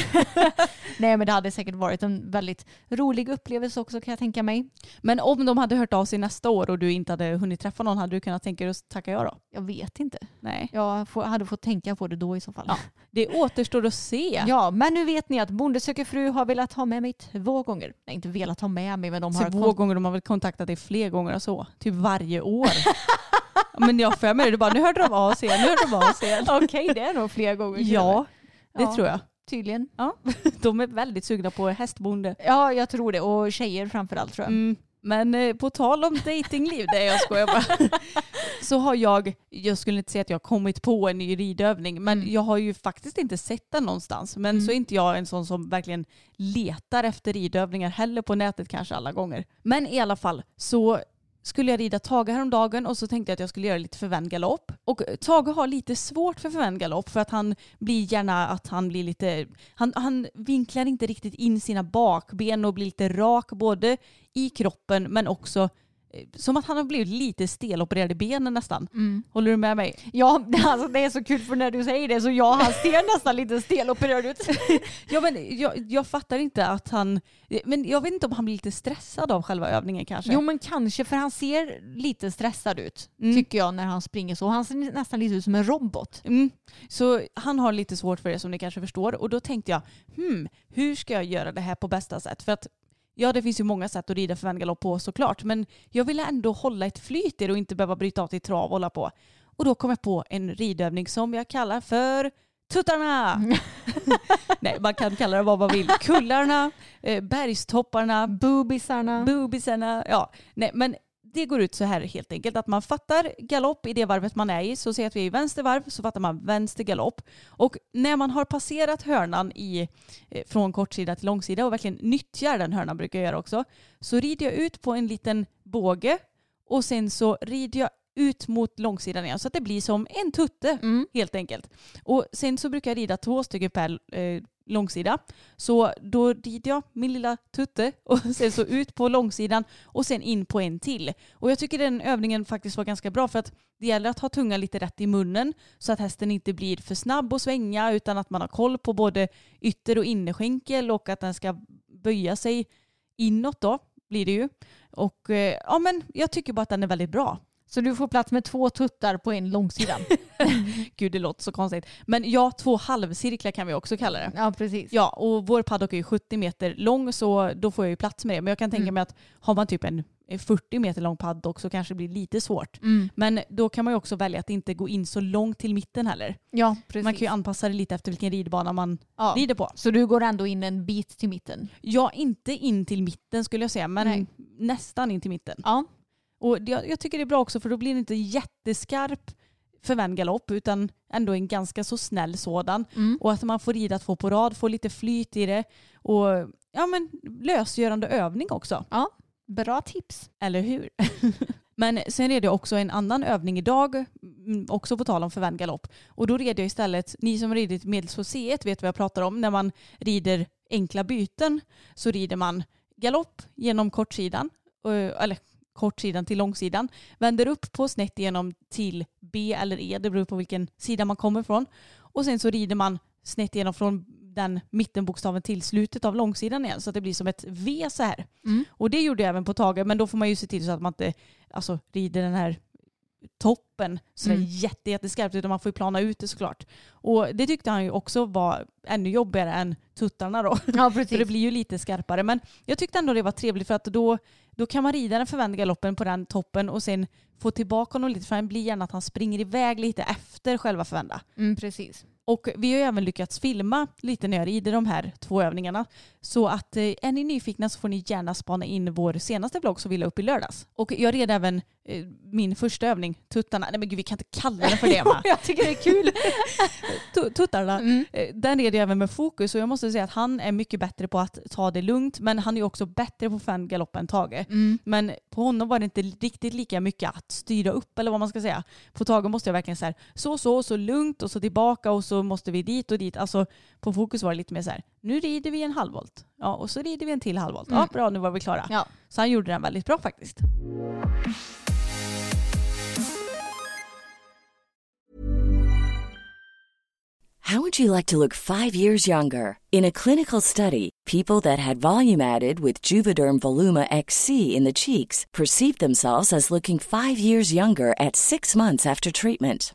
Speaker 4: Nej, men det hade säkert varit en väldigt rolig upplevelse också kan jag tänka mig.
Speaker 5: Men om de hade hört av sig nästa år och du inte hade hunnit träffa någon, hade du kunnat tänka dig att tacka ja då?
Speaker 4: Jag vet inte.
Speaker 5: Nej.
Speaker 4: Jag får, hade fått tänka på det då i så fall.
Speaker 5: Ja. Det återstår att se.
Speaker 4: Ja, men nu vet ni att Bonde söker fru har velat ha med mig två gånger. Nej, inte velat ha med mig, men de har
Speaker 5: Typ Två gånger, de har väl kontaktat dig fler gånger och så. Typ varje år. Men jag har för mig det, bara nu hörde de av sig, nu hörde de av sig.
Speaker 4: Okej, det är nog flera gånger.
Speaker 5: Ja, det
Speaker 4: Ja.
Speaker 5: tror jag.
Speaker 4: tydligen.
Speaker 5: De är väldigt sugna på hästbonde.
Speaker 4: Ja, jag tror det. Och tjejer framförallt tror jag.
Speaker 5: Mm. Men eh, på tal om datingliv, nej jag skojar bara. Så har jag, jag skulle inte säga att jag har kommit på en ny ridövning, men
Speaker 4: Mm.
Speaker 5: jag har ju faktiskt inte sett den någonstans. Men så är inte jag en sån som verkligen letar efter ridövningar heller på nätet kanske alla gånger. Men i alla fall så skulle jag rida Tage häromdagen och så tänkte jag att jag skulle göra lite förvänd galopp. Och eh, Tage har lite svårt för förvänd galopp för att han blir gärna att han blir lite, han, han vinklar inte riktigt in sina bakben och blir lite rak både i kroppen men också eh, som att han har blivit lite stelopererad i benen nästan.
Speaker 4: Mm.
Speaker 5: Håller du med mig?
Speaker 4: Ja, alltså det är så kul för när du säger det så jag han ser nästan lite stel och berörd ut.
Speaker 5: Ja, men jag, jag fattar inte att han... eh, Men jag vet inte om han blir lite stressad av själva övningen kanske.
Speaker 4: Jo men kanske för han ser lite stressad ut
Speaker 5: Mm.
Speaker 4: tycker jag när han springer så. Han ser nästan lite ut som en robot.
Speaker 5: Mm. Så han har lite svårt för det som ni kanske förstår. Och då tänkte jag, hmm, hur ska jag göra det här på bästa sätt? För att ja, det finns ju många sätt att rida för galopp på såklart. Men jag ville ändå hålla ett flyt i det och inte behöva bryta av till trav och hålla på. Och då kom jag på en ridövning som jag kallar för tuttarna. Nej, man kan kalla det vad man vill. Kullarna, eh, bergstopparna,
Speaker 4: Bubisarna.
Speaker 5: Boobisarna, ja. Nej, men det går ut så här helt enkelt att man fattar galopp i det varvet man är i. Så säg att vi är i vänster varv så fattar man vänster galopp. Och när man har passerat hörnan i, eh, från kortsida till långsida och verkligen nyttjar den hörnan brukar jag göra också. Så rider jag ut på en liten båge och sen så rider jag ut mot långsidan igen så att det blir som en tutte
Speaker 4: Mm.
Speaker 5: helt enkelt. Och sen så brukar jag rida två stycken per eh, långsida. Så då rider jag min lilla tutte och sen så ut på långsidan och sen in på en till. Och jag tycker den övningen faktiskt var ganska bra för att det gäller att ha tungan lite rätt i munnen så att hästen inte blir för snabb och svänga utan att man har koll på både ytter och innerskänkel och att den ska böja sig inåt då blir det ju. Och eh, ja men jag tycker bara att den är väldigt bra.
Speaker 4: Så du får plats med två tuttar på en långsida.
Speaker 5: Gud det låter så konstigt. Men ja, två halvcirklar kan vi också kalla det.
Speaker 4: ja precis.
Speaker 5: Ja, och vår paddock är ju 70 meter lång så då får jag ju plats med det. Men jag kan tänka
Speaker 4: Mm.
Speaker 5: mig att har man typ en 40 meter lång paddock så kanske det blir lite svårt.
Speaker 4: Mm.
Speaker 5: Men då kan man ju också välja att inte gå in så långt till mitten heller.
Speaker 4: Ja precis.
Speaker 5: Man kan ju anpassa det lite efter vilken ridbana man
Speaker 4: ja.
Speaker 5: rider på.
Speaker 4: Så du går ändå in en bit till mitten?
Speaker 5: Ja, inte in till mitten skulle jag säga, men
Speaker 4: Nej.
Speaker 5: nästan in till mitten.
Speaker 4: Ja.
Speaker 5: Och det, jag tycker det är bra också för då blir det inte jätteskarp förvänd galopp utan ändå en ganska så snäll sådan.
Speaker 4: Mm.
Speaker 5: Och att man får rida två på rad, få lite flyt i det och ja, men, lösgörande övning också.
Speaker 4: Bra tips.
Speaker 5: Eller hur? Men sen red jag också en annan övning idag, mm, också på tal om förvänd galopp. Och då red jag istället, ni som har ridit medelsforcéet vet vad jag pratar om, när man rider enkla byten så rider man galopp genom kortsidan, eh, eller kortsidan till långsidan, vänder upp på snett igenom till B eller E, det beror på vilken sida man kommer från. Och sen så rider man snett igenom från den mittenbokstaven till slutet av långsidan igen så att det blir som ett V så här.
Speaker 4: Mm.
Speaker 5: Och det gjorde jag även på Tage, men då får man ju se till så att man inte alltså, rider den här toppen sådär
Speaker 4: Mm.
Speaker 5: jätte, jätteskarpt utan man får ju plana ut det såklart. Och det tyckte han ju också var ännu jobbigare än tuttarna då.
Speaker 4: Ja
Speaker 5: För det
Speaker 4: precis.
Speaker 5: blir ju lite skarpare. Men jag tyckte ändå det var trevligt för att då, då kan man rida den förvända galoppen på den toppen och sen få tillbaka honom lite för han blir gärna att han springer iväg lite efter själva förvända.
Speaker 4: Mm, precis.
Speaker 5: Och vi har ju även lyckats filma lite när jag rider de här två övningarna. Så att eh, är ni nyfikna så får ni gärna spana in vår senaste vlogg som vi la upp i lördags. Och jag red även eh, min första övning, tuttarna. Nej men gud vi kan inte kalla den för det Emma.
Speaker 4: jag tycker det är kul.
Speaker 5: Tu- tuttarna.
Speaker 4: Mm.
Speaker 5: Eh, Den red jag även med fokus och jag måste säga att han är mycket bättre på att ta det lugnt men han är ju också bättre på fan galopp än Tage.
Speaker 4: Mm.
Speaker 5: Men på honom var det inte riktigt lika mycket att styra upp eller vad man ska säga. På Tage måste jag verkligen så här, så så och så lugnt och så tillbaka och så måste vi dit och dit. Alltså på fokus var det lite mer så här, nu rider vi en halvvolt. Ja och så rider vi en till halvvolt. Ja
Speaker 4: Mm.
Speaker 5: bra nu var vi klara.
Speaker 4: Ja.
Speaker 5: Så han gjorde den väldigt bra faktiskt.
Speaker 6: How would you like to look five years younger? In a clinical study, people that had volume added with Juvederm Voluma XC in the cheeks perceived themselves as looking five years younger at six months after treatment.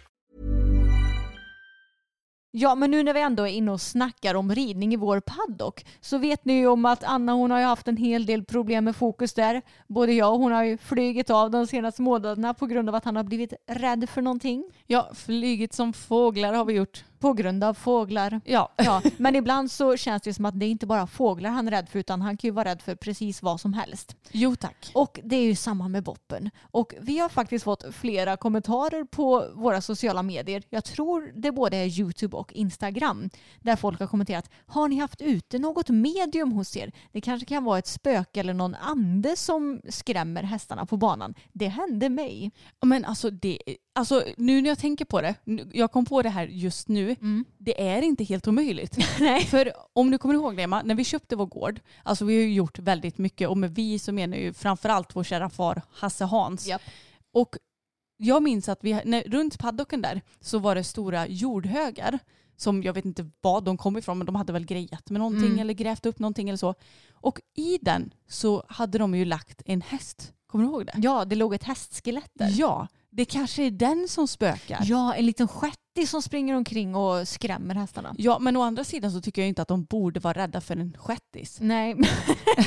Speaker 4: Ja, men nu när vi ändå är inne och snackar om ridning i vår paddock så vet ni ju om att Anna hon har ju haft en hel del problem med fokus där. Både jag och hon har ju flugit av de senaste månaderna på grund av att han har blivit rädd för någonting.
Speaker 5: Ja, flugit som fåglar har vi gjort.
Speaker 4: På grund av fåglar.
Speaker 5: Ja.
Speaker 4: Ja, men ibland så känns det som att det är inte bara fåglar han är rädd för utan han kan ju vara rädd för precis vad som helst.
Speaker 5: Jo tack.
Speaker 4: Och det är ju samma med boppen. Och vi har faktiskt fått flera kommentarer på våra sociala medier. Jag tror det både är YouTube och Instagram. Där folk har kommenterat. Har ni haft ute något medium hos er? Det kanske kan vara ett spöke eller någon ande som skrämmer hästarna på banan. Det hände mig.
Speaker 5: Ja, Men alltså, det, alltså nu när jag tänker på det, nu- jag kom på det här just nu, det är inte helt omöjligt.
Speaker 4: Mm. Nej.
Speaker 5: För om du kommer ihåg det Emma, när vi köpte vår gård, alltså vi har ju gjort väldigt mycket och med vi så menar jag ju framförallt vår kära far Hasse Hans.
Speaker 4: Japp.
Speaker 5: Och jag minns att vi, när, runt paddocken där så var det stora jordhögar som jag vet inte vad de kom ifrån men de hade väl grejat med någonting
Speaker 4: Mm.
Speaker 5: eller grävt upp någonting eller så. Och i den så hade de ju lagt en häst. Kommer du ihåg det?
Speaker 4: Ja, det låg ett hästskelett där.
Speaker 5: Ja, det kanske är den som spökar.
Speaker 4: Ja, en liten stjärtis som springer omkring och skrämmer hästarna.
Speaker 5: Ja, men å andra sidan så tycker jag inte att de borde vara rädda för en shettis.
Speaker 4: Nej,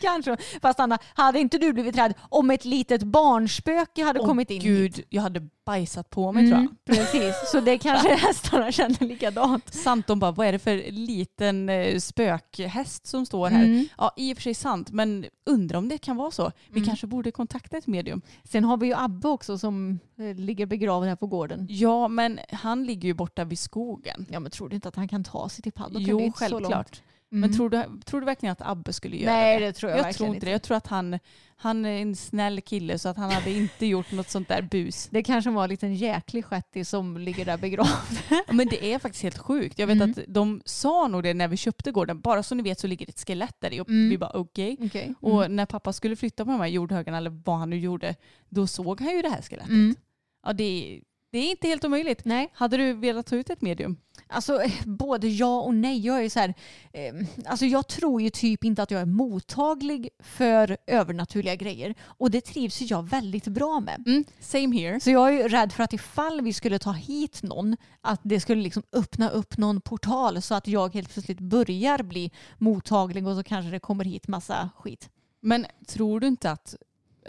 Speaker 4: kanske. Fast Anna, hade inte du blivit rädd om ett litet barnspöke hade kommit in hit? Mm.
Speaker 5: gud, jag hade bajsat på mig tror jag.
Speaker 4: Precis, så det kanske hästarna känner likadant.
Speaker 5: Sant, de bara vad är det för liten eh, spökhäst som står här?
Speaker 4: Mm.
Speaker 5: Ja, i och för sig sant, men undrar om det kan vara så. Vi kanske borde kontakta ett medium.
Speaker 4: Sen har vi ju Abbe också som eh, ligger begraven här på gården.
Speaker 5: Ja, men han ligger ju borta vid skogen.
Speaker 4: Ja men tror du inte att han kan ta sig till paddock? Det är
Speaker 5: jo,
Speaker 4: inte så långt.
Speaker 5: självklart.
Speaker 4: Mm.
Speaker 5: Men tror du, tror du verkligen att Abbe skulle göra
Speaker 4: Nej,
Speaker 5: det?
Speaker 4: det tror jag
Speaker 5: jag
Speaker 4: verkligen
Speaker 5: tror inte
Speaker 4: inte.
Speaker 5: det. Jag tror att han, han är en snäll kille så att han hade inte gjort något sånt där bus.
Speaker 4: Det kanske var en liten jäklig shetty som ligger där begravd.
Speaker 5: Ja, Men det är faktiskt helt sjukt. Jag vet
Speaker 4: Mm.
Speaker 5: att de sa nog det när vi köpte gården. Bara så ni vet så ligger det ett skelett där i och vi bara okej.
Speaker 4: Mm. Okej. Mm.
Speaker 5: Och när pappa skulle flytta på de här jordhögarna eller vad han nu gjorde, då såg han ju det här skelettet. Ja, det, är- det är inte helt omöjligt.
Speaker 4: Mm. Nej.
Speaker 5: Hade du velat ta ut ett medium?
Speaker 4: Alltså eh, både ja och nej. Jag är ju så här, eh, alltså jag tror ju typ inte att jag är mottaglig för övernaturliga grejer. Och det trivs ju jag väldigt bra med.
Speaker 5: Same here.
Speaker 4: Så jag är ju rädd för att ifall vi skulle ta hit någon, att det skulle liksom öppna upp någon portal så att jag helt plötsligt börjar bli mottaglig och så kanske det kommer hit massa skit.
Speaker 5: Men tror du inte att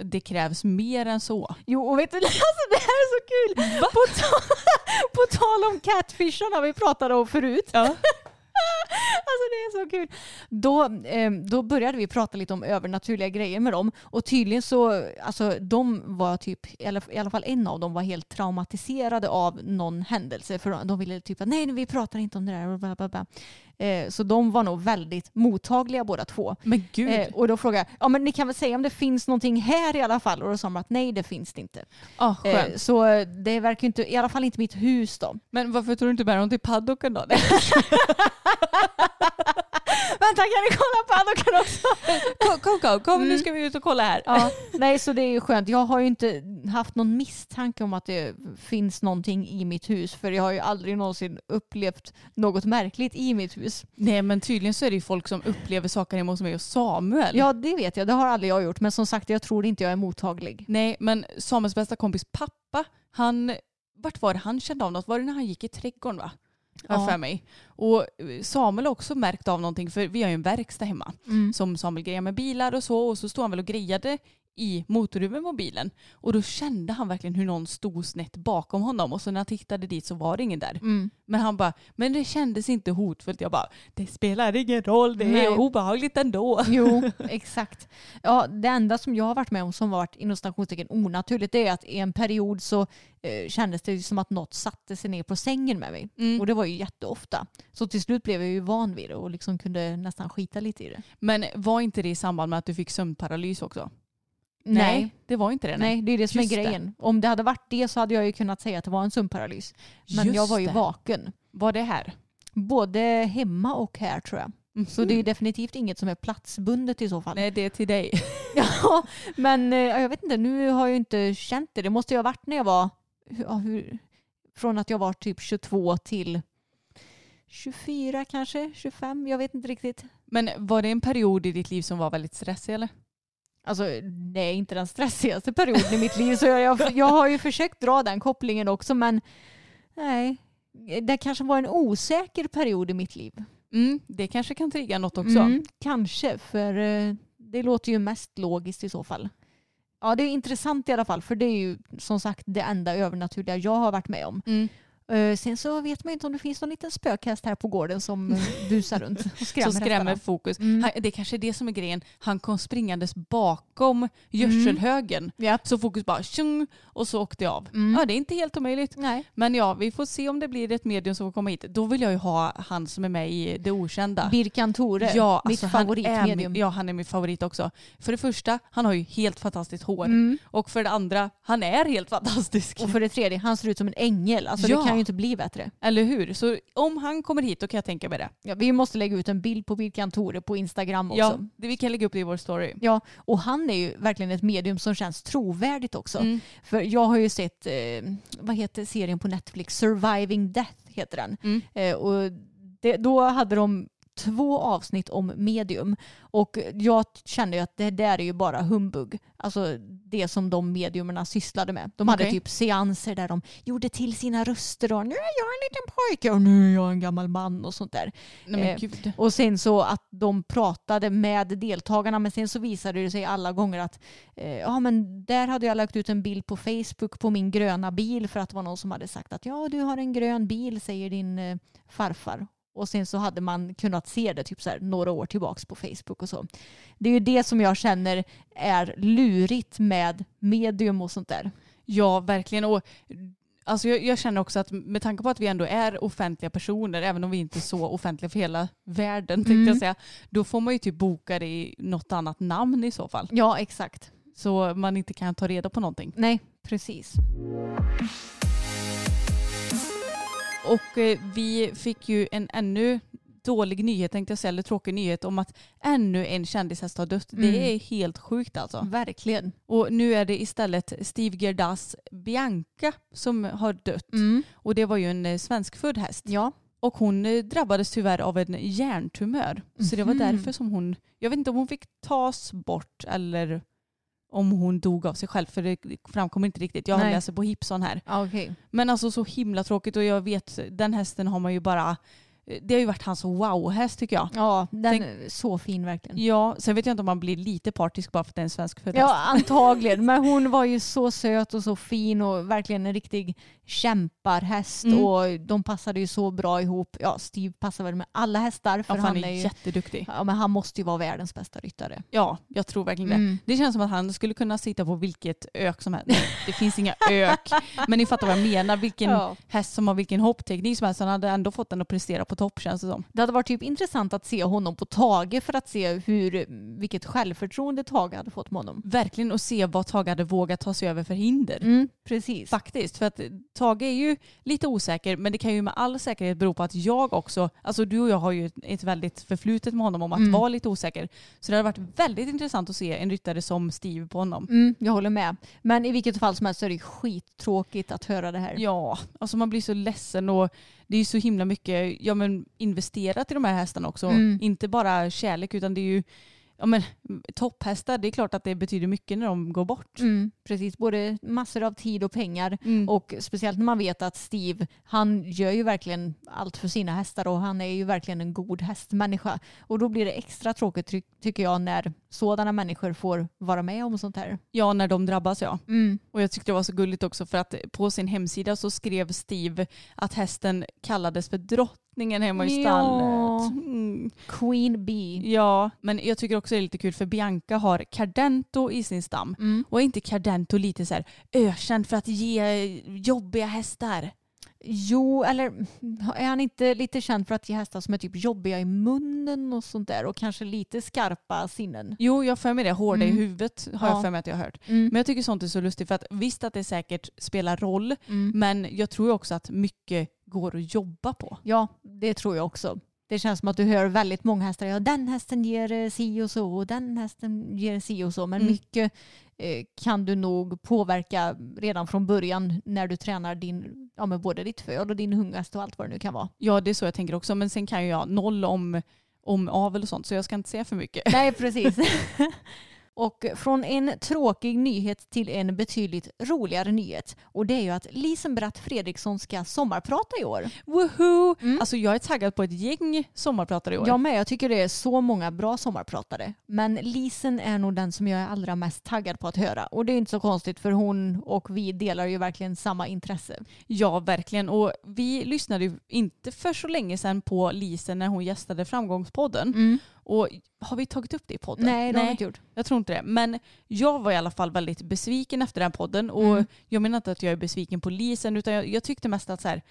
Speaker 5: det krävs mer än så?
Speaker 4: Jo, och vet du, alltså det här är så kul! På, ta- på tal om catfisharna vi pratade om förut. Alltså det är så kul. Då, eh, då började vi prata lite om övernaturliga grejer med dem och tydligen så, alltså de var typ, i alla- i alla fall en av dem var helt traumatiserade av någon händelse för de, de ville typ att nej, nej, vi pratar inte om det där. och bla, bla, bla. Eh, så de var nog väldigt mottagliga båda två.
Speaker 5: Men gud.
Speaker 4: Eh, och då frågade jag, ja men ni kan väl säga om det finns någonting här i alla fall? Och då sa de att nej det finns det inte.
Speaker 5: ah,
Speaker 4: Eh, så eh, det verkar ju inte, i alla fall inte mitt hus då.
Speaker 5: Men varför tror du inte bära dem till paddocken då?
Speaker 4: Vänta kan ni kolla paddocken också? Mm.
Speaker 5: kom, kom, kom, kom nu ska vi ut och kolla här.
Speaker 4: Ja, nej så det är ju skönt. Jag har ju inte haft någon misstanke om att det finns någonting i mitt hus för jag har ju aldrig någonsin upplevt något märkligt i mitt hus.
Speaker 5: Nej men tydligen så är det ju folk som upplever saker hemma hos mig och Samuel.
Speaker 4: Ja det vet jag, det har aldrig jag gjort men som sagt jag tror inte jag är mottaglig.
Speaker 5: Nej, men Samuels bästa kompis pappa, han, vart var det han kände av något? Var det när han gick i trädgården va? Har jag
Speaker 4: Ja.
Speaker 5: för mig. Och eh, Samuel har också märkt av någonting, för vi har ju en verkstad hemma
Speaker 4: Mm.
Speaker 5: som Samuel grejar med bilar och så, och så stod han väl och grejade i motorhuven på bilen. Och då kände han verkligen hur någon stod snett bakom honom och så när han tittade dit så var det ingen
Speaker 4: Mm.
Speaker 5: där. Men han bara, men det kändes inte hotfullt. Jag bara, det spelar ingen roll, det
Speaker 4: Nej.
Speaker 5: är obehagligt ändå.
Speaker 4: Jo, exakt. Ja, det enda som jag har varit med om som varit inom citationstecken onaturligt det är att i en period så eh, kändes det ju som att något satte sig ner på sängen med mig.
Speaker 5: Mm.
Speaker 4: Och det var ju jätteofta. Så till slut blev jag ju van vid det och liksom kunde nästan skita lite i det.
Speaker 5: Men var inte det i samband med att du fick sömnparalys också? det var inte det.
Speaker 4: Nej, det är det som
Speaker 5: Just
Speaker 4: är
Speaker 5: det.
Speaker 4: grejen. Om det hade varit det så hade jag ju kunnat säga att det var en sömnparalys. Men
Speaker 5: Just
Speaker 4: jag var ju
Speaker 5: det.
Speaker 4: vaken.
Speaker 5: Var det här?
Speaker 4: Både hemma och här tror jag.
Speaker 5: Mm.
Speaker 4: Så det är ju definitivt inget som är platsbundet i så fall.
Speaker 5: Nej, det är till dig.
Speaker 4: Ja, men eh, jag vet inte, nu har jag ju inte känt det. Det måste ju ha varit när jag var, hur- ja, hur, från att jag var typ 22 till 24 kanske, 25, jag vet inte riktigt.
Speaker 5: Men var det en period i ditt liv som var väldigt stressig eller?
Speaker 4: Alltså nej, inte den stressigaste perioden i mitt liv. Så jag, jag, jag har ju försökt dra den kopplingen också, men nej. Det kanske var en osäker period i mitt liv.
Speaker 5: Mm, det kanske kan trigga något också.
Speaker 4: Mm, kanske, för eh, det låter ju mest logiskt i så fall. Ja, det är intressant i alla fall, för det är ju som sagt det enda övernaturliga jag har varit med om.
Speaker 5: Mm.
Speaker 4: Eh, sen så vet man ju inte om det finns någon liten spökhäst här på gården som eh, busar runt och skrämmer
Speaker 5: Som skrämmer
Speaker 4: hästarna.
Speaker 5: fokus.
Speaker 4: Mm.
Speaker 5: Han, det är kanske är det som är grejen. Han kom springandes bakom gödselhögen.
Speaker 4: Ja.
Speaker 5: Så fokus bara tjung och så åkte jag av.
Speaker 4: Mm.
Speaker 5: Ja, det är inte helt omöjligt.
Speaker 4: Nej.
Speaker 5: Men ja, vi får se om det blir ett medium som får komma hit. Då vill jag ju ha han som är med i Det Okända.
Speaker 4: Birkan Tore,
Speaker 5: Ja,
Speaker 4: mitt
Speaker 5: alltså han Är,
Speaker 4: favoritmedium.
Speaker 5: min- ja, han är min favorit också. För det första, han har ju helt fantastiskt hår.
Speaker 4: Mm.
Speaker 5: Och för det andra, han är helt fantastisk.
Speaker 4: Och för det tredje, han ser ut som en ängel. Alltså
Speaker 5: Ja.
Speaker 4: det kan ju inte bli bättre.
Speaker 5: Eller hur? Så om han kommer hit då kan jag tänka mig det.
Speaker 4: Ja, vi måste lägga ut en bild på Birkan Tore på Instagram också.
Speaker 5: Ja, det, vi kan lägga upp det i vår story.
Speaker 4: Ja, och han är ju verkligen ett medium som känns trovärdigt också.
Speaker 5: Mm.
Speaker 4: För jag har ju sett, eh, vad heter serien på Netflix? Surviving Death heter den.
Speaker 5: Mm.
Speaker 4: Eh, och det, då hade de två avsnitt om medium och jag kände ju att det där är ju bara humbug. Alltså det som de mediumerna sysslade med. De hade
Speaker 5: Okej.
Speaker 4: typ seanser där de gjorde till sina röster och nu är jag en liten pojke och nu är jag en gammal man och sånt där.
Speaker 5: Nej men
Speaker 4: Eh,
Speaker 5: gud.
Speaker 4: Och sen så att de pratade med deltagarna men sen så visade det sig alla gånger att eh, ja men där hade jag lagt ut en bild på Facebook på min gröna bil för att det var någon som hade sagt att ja du har en grön bil säger din eh, farfar. Och sen så hade man kunnat se det typ så här, några år tillbaks på Facebook och så. Det är ju det som jag känner är lurigt med medium och sånt där.
Speaker 5: Ja, verkligen. Och, alltså, jag, jag känner också att med tanke på att vi ändå är offentliga personer, även om vi inte är så offentliga för hela världen, tänkte
Speaker 4: Mm.
Speaker 5: jag säga, då får man ju typ boka det i något annat namn i så fall.
Speaker 4: Ja exakt.
Speaker 5: Så man inte kan ta reda på någonting.
Speaker 4: Nej precis.
Speaker 5: Och eh, vi fick ju en ännu dålig nyhet tänkte jag säga, eller tråkig nyhet om att ännu en kändishäst har dött.
Speaker 4: Mm.
Speaker 5: Det är helt sjukt alltså.
Speaker 4: Verkligen.
Speaker 5: Och nu är det istället Steve Gerdas Bianca som har dött. Och det var ju en eh, svenskfödd häst.
Speaker 4: Mm. Ja.
Speaker 5: Och hon eh, drabbades tyvärr av en hjärntumör. Så det
Speaker 4: Mhm.
Speaker 5: var därför som hon, jag vet inte om hon fick tas bort eller om hon dog av sig själv för det framkom inte riktigt. Jag
Speaker 4: Nej.
Speaker 5: läser på Hipson här.
Speaker 4: Okej.
Speaker 5: Men alltså så himla tråkigt och jag vet den hästen har man ju bara, det har ju varit hans wow-häst tycker jag.
Speaker 4: Ja den är så fin verkligen.
Speaker 5: Ja, sen vet jag inte om man blir lite partisk bara för att det är en svensk född
Speaker 4: Ja,
Speaker 5: häst.
Speaker 4: antagligen. Men hon var ju så söt och så fin och verkligen en riktig kämparhäst.
Speaker 5: Mm.
Speaker 4: Och de passade ju så bra ihop. Ja, Steve passar väl med alla hästar. För
Speaker 5: Ja, för
Speaker 4: han, är ju,
Speaker 5: jätteduktig.
Speaker 4: ja, men han måste ju vara världens bästa ryttare.
Speaker 5: Ja, jag tror verkligen
Speaker 4: Mm.
Speaker 5: det. Det känns som att han skulle kunna sitta på vilket ök som helst. Det finns inga ök. Men ni fattar vad jag menar. Vilken
Speaker 4: Ja.
Speaker 5: häst som har vilken hoppteknik som helst. Han hade ändå fått den att prestera på topp känns det som.
Speaker 4: Det hade varit typ intressant att se honom på Tage för att se hur, vilket självförtroende Tage hade fått med honom.
Speaker 5: Verkligen att se vad Tage hade vågat ta sig över för hinder.
Speaker 4: Mm, precis.
Speaker 5: Faktiskt, för att Tage är ju lite osäker men det kan ju med all säkerhet bero på att jag också, alltså du och jag har ju ett- ett väldigt förflutet med honom om
Speaker 4: Mm.
Speaker 5: att vara lite osäker. Så det hade varit väldigt intressant att se en ryttare som Steve på honom.
Speaker 4: Mm, jag håller med. Men i vilket fall som helst så är det ju skittråkigt att höra det här.
Speaker 5: Ja, alltså man blir så ledsen och det är ju så himla mycket ja, men investerat i de här hästarna också.
Speaker 4: Mm.
Speaker 5: Inte bara kärlek utan det är ju ja, men, topphästar, det är klart att det betyder mycket när de går bort.
Speaker 4: Mm, precis, både massor av tid och pengar.
Speaker 5: Mm.
Speaker 4: Och speciellt när man vet att Steve, han gör ju verkligen allt för sina hästar och han är ju verkligen en god hästmänniska. Och då blir det extra tråkigt ty- tycker jag när sådana människor får vara med om sånt här.
Speaker 5: Ja, när de drabbas ja.
Speaker 4: Mm.
Speaker 5: Och jag tyckte det var så gulligt också för att på sin hemsida så skrev Steve att hästen kallades för drottningen hemma i
Speaker 4: Ja.
Speaker 5: stallet. Mm.
Speaker 4: Queen Bee.
Speaker 5: Ja, men jag tycker också det är lite kul för Bianca har Cardento i sin stam.
Speaker 4: Mm.
Speaker 5: Och är inte Cardento lite så här ökänd för att ge jobbiga hästar?
Speaker 4: Jo, eller är han inte lite känd för att ge hästar som är typ jobbiga i munnen och sånt där och kanske lite skarpa sinnen?
Speaker 5: Jo, jag har för mig det. Hårda i huvudet har
Speaker 4: Mm. Ja.
Speaker 5: jag för mig att jag har hört.
Speaker 4: Mm.
Speaker 5: Men jag tycker sånt är så lustigt för att visst att det säkert spelar
Speaker 4: Mm.
Speaker 5: roll, men jag tror ju också att mycket går att jobba på.
Speaker 4: Ja, det tror jag också. Det känns som att du hör väldigt många hästar. Ja, den hästen ger eh, si och så och den hästen ger si och så. Men
Speaker 5: Mm.
Speaker 4: mycket eh, kan du nog påverka redan från början när du tränar din, ja, men både ditt föl och din hunghäst och allt vad det nu kan vara.
Speaker 5: Ja, det är så jag tänker också. Men sen kan ju jag noll om, om avel och sånt, så jag ska inte säga för mycket.
Speaker 4: Nej, precis. Och från en tråkig nyhet till en betydligt roligare nyhet. Och det är ju att Lisen Bratt Fredriksson ska sommarprata i år.
Speaker 5: Woohoo!
Speaker 4: Mm.
Speaker 5: Alltså jag är taggad på ett gäng sommarpratare i år.
Speaker 4: Jag med, jag tycker det är så många bra sommarpratare. Men Lisen är nog den som jag är allra mest taggad på att höra. Och det är inte så konstigt för hon och vi delar ju verkligen samma intresse.
Speaker 5: Ja, verkligen. Och vi lyssnade ju inte för så länge sedan på Lisen när hon gästade Framgångspodden. Och har vi tagit upp det i podden?
Speaker 4: Mm. Nej, det har vi inte gjort.
Speaker 5: Jag tror inte det. Men jag var i alla fall väldigt besviken efter den podden. Och
Speaker 4: Mm.
Speaker 5: jag menar inte att jag är besviken på Lisen, utan jag, jag tyckte mest att så här,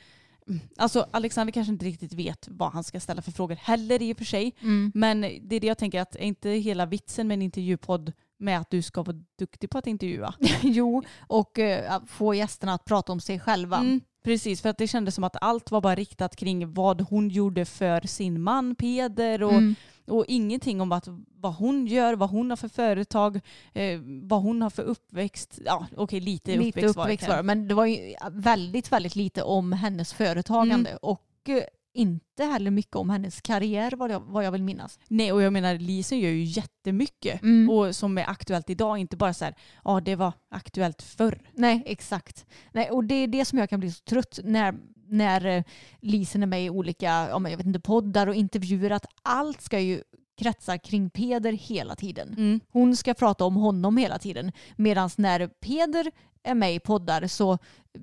Speaker 5: mm, Alltså Alexander kanske inte riktigt vet vad han ska ställa för frågor heller i och för sig. Men det är det jag tänker att är inte hela vitsen med en intervjupodd med att du ska vara duktig på att intervjua.
Speaker 4: jo, och eh, att få gästerna att prata om sig själva.
Speaker 5: Mm, precis, för att det kändes som att allt var bara riktat kring vad hon gjorde för sin man Peder och,
Speaker 4: Mm.
Speaker 5: och ingenting om att, vad hon gör, vad hon har för företag, eh, vad hon har för uppväxt. Ja, okej, lite,
Speaker 4: lite
Speaker 5: uppväxt, var det
Speaker 4: uppväxt var
Speaker 5: kanske.
Speaker 4: det, men det var ju väldigt, väldigt lite om hennes företagande
Speaker 5: Mm.
Speaker 4: och eh, inte heller mycket om hennes karriär vad jag, vad jag vill minnas.
Speaker 5: Nej, och jag menar Lisen gör ju jättemycket
Speaker 4: Mm.
Speaker 5: och som är aktuellt idag, inte bara så här, ja det var aktuellt förr.
Speaker 4: Nej, exakt. Nej, och det är det som jag kan bli så trött när, när eh, Lisen är med i olika ja, men jag vet inte, poddar och intervjuer att allt ska ju kretsar kring Peder hela tiden. Hon ska prata om honom hela tiden. Medan när Peder är med i poddar så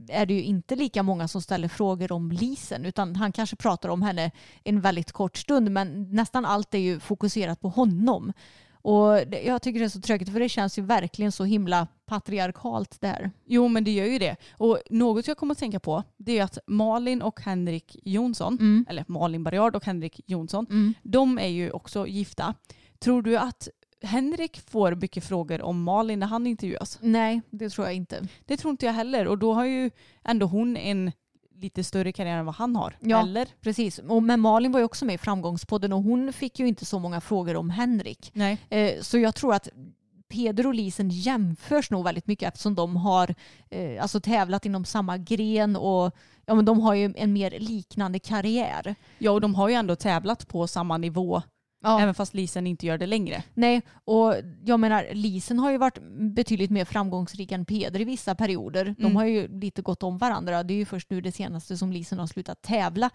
Speaker 4: är det ju inte lika många som ställer frågor om Lisen utan han kanske pratar om henne en väldigt kort stund men nästan allt är ju fokuserat på honom. Och det, jag tycker det är så tråkigt för det känns ju verkligen så himla patriarkalt det här.
Speaker 5: Jo men det gör ju det. Och något jag kommer att tänka på det är ju att Malin och Henrik Jonsson,
Speaker 4: Mm.
Speaker 5: eller Malin Barriard och Henrik Jonsson, de är ju också gifta. Tror du att Henrik får mycket frågor om Malin när han intervjuas?
Speaker 4: Nej, det tror jag inte.
Speaker 5: Det tror inte jag heller och då har ju ändå hon en lite större karriär än vad han har.
Speaker 4: Ja,
Speaker 5: Eller?
Speaker 4: precis. Och, men Malin var ju också med i Framgångspodden och hon fick ju inte så många frågor om Henrik.
Speaker 5: Nej.
Speaker 4: Eh, så jag tror att Peder och Lisen jämförs nog väldigt mycket eftersom de har eh, alltså tävlat inom samma gren och ja, men de har ju en mer liknande karriär.
Speaker 5: Ja och de har ju ändå tävlat på samma nivå
Speaker 4: Ja.
Speaker 5: även fast Lisen inte gör det längre.
Speaker 4: Nej, och jag menar Lisen har ju varit betydligt mer framgångsrik än Peder i vissa perioder. De har ju lite gått om varandra. Det är ju först nu det senaste som Lisen har slutat tävla.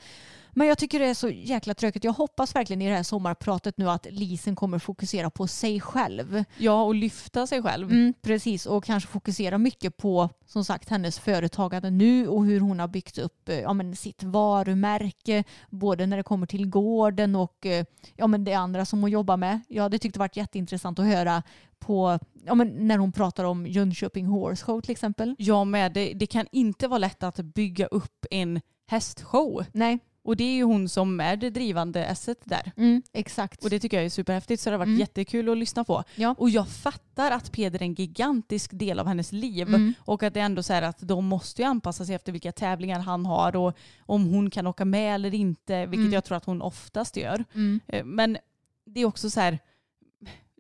Speaker 4: Men jag tycker det är så jäkla tråkigt. Jag hoppas verkligen i det här sommarpratet nu att Lisen kommer fokusera på sig själv.
Speaker 5: Ja och lyfta sig själv.
Speaker 4: Mm, precis, och kanske fokusera mycket på som sagt hennes företagande nu och hur hon har byggt upp eh, ja, men sitt varumärke både när det kommer till gården och eh, ja, men det andra som hon jobbar med. Jag hade tyckt det varit jätteintressant att höra på, ja, men när hon pratar om Jönköping Horse Show till exempel.
Speaker 5: Jag med, det, det kan inte vara lätt att bygga upp en hästshow.
Speaker 4: Nej,
Speaker 5: Och det är ju hon som är det drivande esset där.
Speaker 4: mm, exakt.
Speaker 5: Och det tycker jag är superhäftigt så det har varit
Speaker 4: Mm.
Speaker 5: jättekul att lyssna på.
Speaker 4: Ja.
Speaker 5: Och jag fattar att Peder är en gigantisk del av hennes liv.
Speaker 4: Mm.
Speaker 5: Och att det är ändå så här att de måste ju anpassa sig efter vilka tävlingar han har och om hon kan åka med eller inte, vilket
Speaker 4: Mm.
Speaker 5: jag tror att hon oftast gör.
Speaker 4: Mm.
Speaker 5: Eh, Men det är också så här,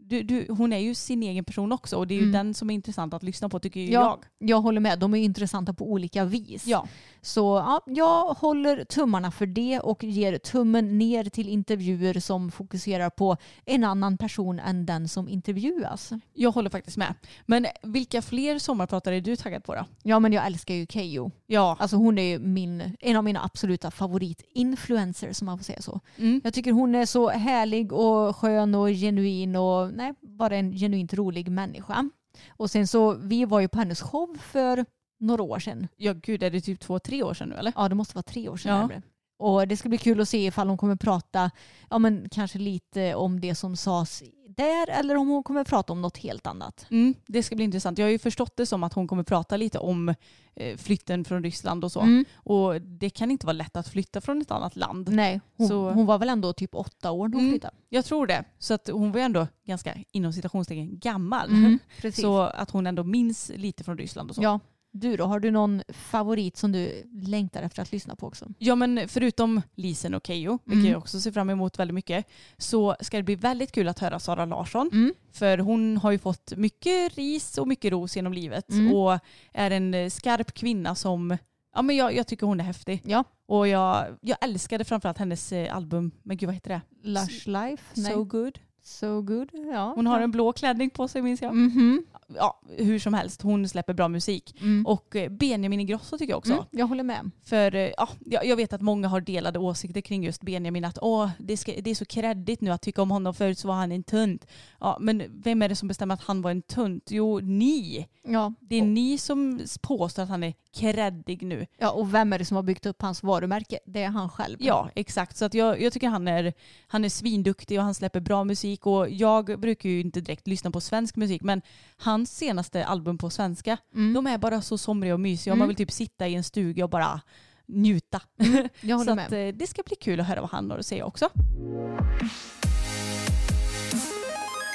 Speaker 5: du, du, hon är ju sin egen person också och det är ju
Speaker 4: Mm.
Speaker 5: den som är intressant att lyssna på tycker ju
Speaker 4: Ja,
Speaker 5: jag.
Speaker 4: jag håller med. De är ju intressanta på olika vis.
Speaker 5: Ja.
Speaker 4: Så ja, jag håller tummarna för det och ger tummen ner till intervjuer som fokuserar på en annan person än den som intervjuas.
Speaker 5: Jag håller faktiskt med. Men vilka fler sommarpratare är du taggad på då?
Speaker 4: Ja, men jag älskar ju Keyyo.
Speaker 5: Ja,
Speaker 4: Alltså hon är ju min, en av mina absoluta favoritinfluencers om man får säga så.
Speaker 5: Mm.
Speaker 4: Jag tycker hon är så härlig och skön och genuin och nej, bara en genuint rolig människa. Och sen så, vi var ju på hennes show för några år sedan.
Speaker 5: ja gud är det typ två, tre år sedan nu eller?
Speaker 4: Ja, det måste vara tre år sedan.
Speaker 5: Ja.
Speaker 4: närmare. Och det ska bli kul att se ifall hon kommer prata, ja men kanske lite om det som sades där eller om hon kommer prata om något helt annat.
Speaker 5: Mm, det ska bli intressant. Jag har ju förstått det som att hon kommer prata lite om eh, flytten från Ryssland och så.
Speaker 4: Mm.
Speaker 5: Och det kan inte vara lätt att flytta från ett annat land.
Speaker 4: Nej, hon,
Speaker 5: Så-
Speaker 4: hon var väl ändå typ åtta år när hon
Speaker 5: Mm.
Speaker 4: flyttade.
Speaker 5: Jag tror det. Så att hon var ju ändå ganska inom citationstecken gammal.
Speaker 4: Precis.
Speaker 5: Mm. Så att hon ändå minns lite från Ryssland och så.
Speaker 4: Mm. Ja, Du då, har du någon favorit som du längtar efter att lyssna på också?
Speaker 5: Ja men förutom Lisen och Keyyo, vilket
Speaker 4: Mm.
Speaker 5: jag också ser fram emot väldigt mycket, så ska det bli väldigt kul att höra Sara Larsson.
Speaker 4: Mm.
Speaker 5: För hon har ju fått mycket ris och mycket ros genom livet
Speaker 4: Mm.
Speaker 5: och är en eh, skarp kvinna som, ja men jag, jag tycker hon är häftig.
Speaker 4: Ja.
Speaker 5: Och jag, jag älskade framförallt hennes eh, album, men gud vad heter det?
Speaker 4: Lush Life?
Speaker 5: So good.
Speaker 4: so good. Ja.
Speaker 5: Hon har en blå klänning på sig minns jag.
Speaker 4: Mhm.
Speaker 5: Ja, hur som helst, hon släpper bra musik.
Speaker 4: Mm.
Speaker 5: Och eh, Benjamin Ingrosso tycker jag också.
Speaker 4: Mm, jag håller med.
Speaker 5: För eh, ja, jag jag vet att många har delade åsikter kring just Benjamin. Att Åh, det, ska, det är så kreddigt nu att tycka om honom. Förut så var han en tunt. Ja, men vem är det som bestämmer att han var en tunt? Jo, ni.
Speaker 4: Ja.
Speaker 5: Det är ni som s- påstår att han är kreddig nu.
Speaker 4: ja, och vem är det som har byggt upp hans varumärke? Det är han själv.
Speaker 5: Ja, exakt. Så att jag, jag tycker han är, han är svinduktig och han släpper bra musik. Och jag brukar ju inte direkt lyssna på svensk musik, men hans senaste album på svenska,
Speaker 4: Mm.
Speaker 5: de är bara så somriga och mysiga.
Speaker 4: Mm.
Speaker 5: Man vill typ sitta i en stuga och bara njuta.
Speaker 4: jag
Speaker 5: Så
Speaker 4: håller
Speaker 5: att,
Speaker 4: med.
Speaker 5: eh, det ska bli kul att höra vad han har att säga också.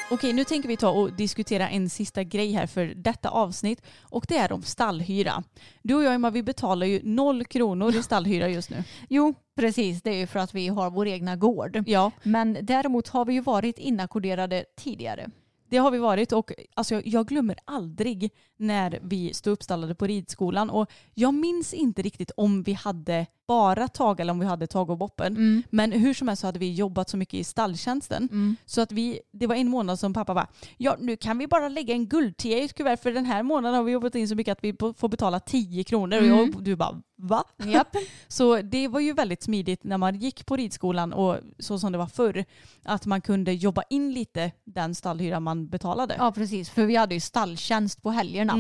Speaker 5: Okej, nu tänker vi ta och diskutera en sista grej här för detta avsnitt och det är om stallhyra. Du och jag Emma, vi betalar ju noll kronor i stallhyra just nu.
Speaker 4: Jo, precis. Det är ju för att vi har vår egna gård.
Speaker 5: Ja,
Speaker 4: Men däremot har vi ju varit inackorderade tidigare.
Speaker 5: det har vi varit och alltså, jag, jag glömmer aldrig när vi stod uppstallade på ridskolan och jag minns inte riktigt om vi hade bara Tage eller om vi hade Tage och Boppen.
Speaker 4: Mm.
Speaker 5: Men hur som helst så hade vi jobbat så mycket i stalltjänsten så att vi, det var en månad som pappa bara, ja nu kan vi bara lägga en guldtia i ett kuvert för den här månaden har vi jobbat in så mycket att vi på- får betala 10 kronor och jag, och du bara va?
Speaker 4: Mm. Japp.
Speaker 5: Så det var ju väldigt smidigt när man gick på ridskolan och så som det var förr att man kunde jobba in lite den stallhyra man betalade.
Speaker 4: Ja, precis. För vi hade ju stalltjänst på helgerna.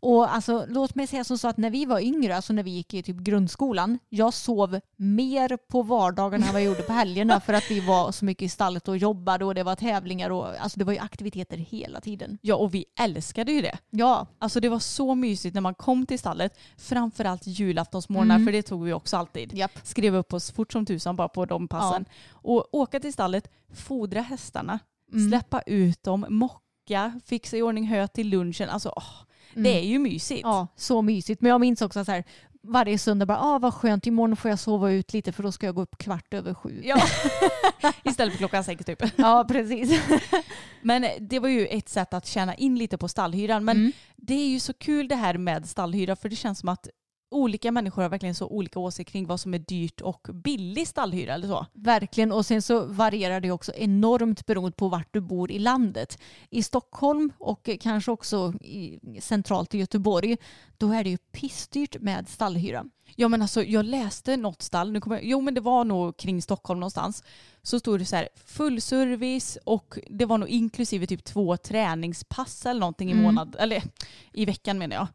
Speaker 4: Och alltså, låt mig säga som så att när vi var yngre, alltså när vi gick i typ grundskolan, jag sov mer på vardagarna än vad jag gjorde på helgerna för att vi var så mycket i stallet och jobbade och det var tävlingar och alltså det var ju aktiviteter hela tiden.
Speaker 5: Ja och vi älskade ju det.
Speaker 4: Ja,
Speaker 5: Alltså det var så mysigt när man kom till stallet, framförallt julaftonsmorgnar för det tog vi också alltid.
Speaker 4: Mm. Japp.
Speaker 5: Skrev upp oss fort som tusan bara på de passen. Och åka till stallet, fodra hästarna,
Speaker 4: Mm.
Speaker 5: släppa ut dem, mocka, fixa i ordning hö till lunchen. Alltså åh, det är ju mysigt.
Speaker 4: Mm. Ja, så mysigt. Men jag minns också så här, varje söndag bara, ah, vad skönt, imorgon får jag sova ut lite för då ska jag gå upp kvart över sju.
Speaker 5: Ja. Istället för klockan sex typ.
Speaker 4: Ja, precis.
Speaker 5: Men det var ju ett sätt att tjäna in lite på stallhyran. Men
Speaker 4: Mm.
Speaker 5: det är ju så kul det här med stallhyra för det känns som att olika människor har verkligen så olika åsikter kring vad som är dyrt och billig stallhyra eller så.
Speaker 4: Verkligen. Och sen så varierar det också enormt beroende på vart du bor i landet. I Stockholm och kanske också i, centralt i Göteborg, då är det ju pissdyrt med stallhyra.
Speaker 5: Ja men alltså jag läste något stall, nu kommer jag, jo men det var nog kring Stockholm någonstans, så stod det så här full service och det var nog inklusive typ två träningspass eller någonting i månad, eller i veckan menar jag.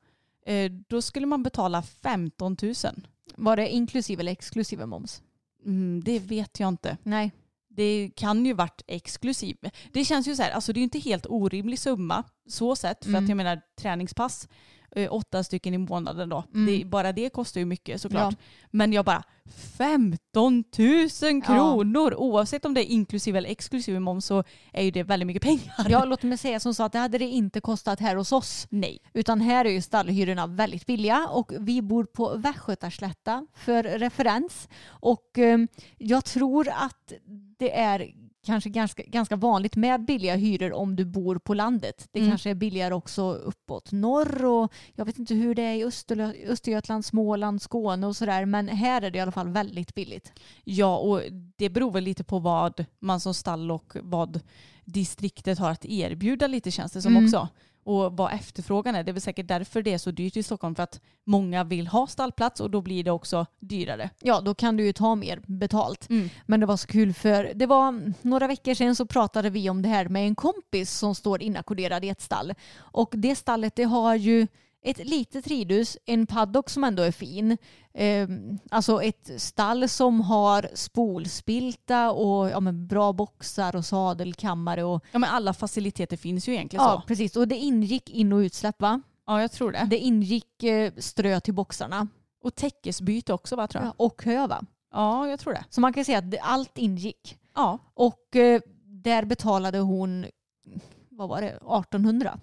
Speaker 5: Eh, då skulle man betala 15 000.
Speaker 4: Var det inklusive eller exklusive moms?
Speaker 5: Mm, det vet jag inte.
Speaker 4: Nej.
Speaker 5: Det kan ju varit exklusiv. Det känns ju så här, alltså det är ju inte helt orimlig summa så sett, för att jag menar träningspass, eh, åtta stycken i månaden då. Det, bara det kostar ju mycket såklart. Men jag bara, 15 000 kronor! Oavsett om det är inklusiv eller exklusiv moms så är ju det väldigt mycket pengar.
Speaker 4: Ja, låt mig säga som så att det hade det inte kostat här hos oss.
Speaker 5: Nej.
Speaker 4: Utan här är ju stallhyrorna väldigt billiga och vi bor på Västgötaslätta för referens. Och eh, jag tror att det är kanske ganska, ganska vanligt med billiga hyror om du bor på landet. Det kanske är billigare också uppåt norr och jag vet inte hur det är i Österlö- Östergötland, Småland, Skåne och sådär. Men här är det i alla fall väldigt billigt.
Speaker 5: Ja, och det beror väl lite på vad man som stall och vad distriktet har att erbjuda lite känns det som
Speaker 4: Mm.
Speaker 5: också. Och vad efterfrågan är. Det är väl säkert därför det är så dyrt i Stockholm för att många vill ha stallplats och då blir det också dyrare. Mm.
Speaker 4: ja då kan du ju ta mer betalt. Men det var så kul för det var några veckor sedan så pratade vi om det här med en kompis som står inackorderad i ett stall. Och det stallet det har ju ett litet ridhus, en paddock som ändå är fin, ehm, alltså ett stall som har spolspilta och ja, men bra boxar och sadelkammare och
Speaker 5: Ja men alla faciliteter finns ju egentligen
Speaker 4: ja,
Speaker 5: så.
Speaker 4: precis. Och det ingick in och utsläpp va?
Speaker 5: Ja jag tror det.
Speaker 4: Det ingick eh, strö till boxarna
Speaker 5: Och täckesbyte också va tror jag. Ja,
Speaker 4: och hö va?
Speaker 5: jag tror det.
Speaker 4: Så man kan säga att det- allt ingick.
Speaker 5: Ja.
Speaker 4: Och eh, där betalade hon, vad var det, 1800?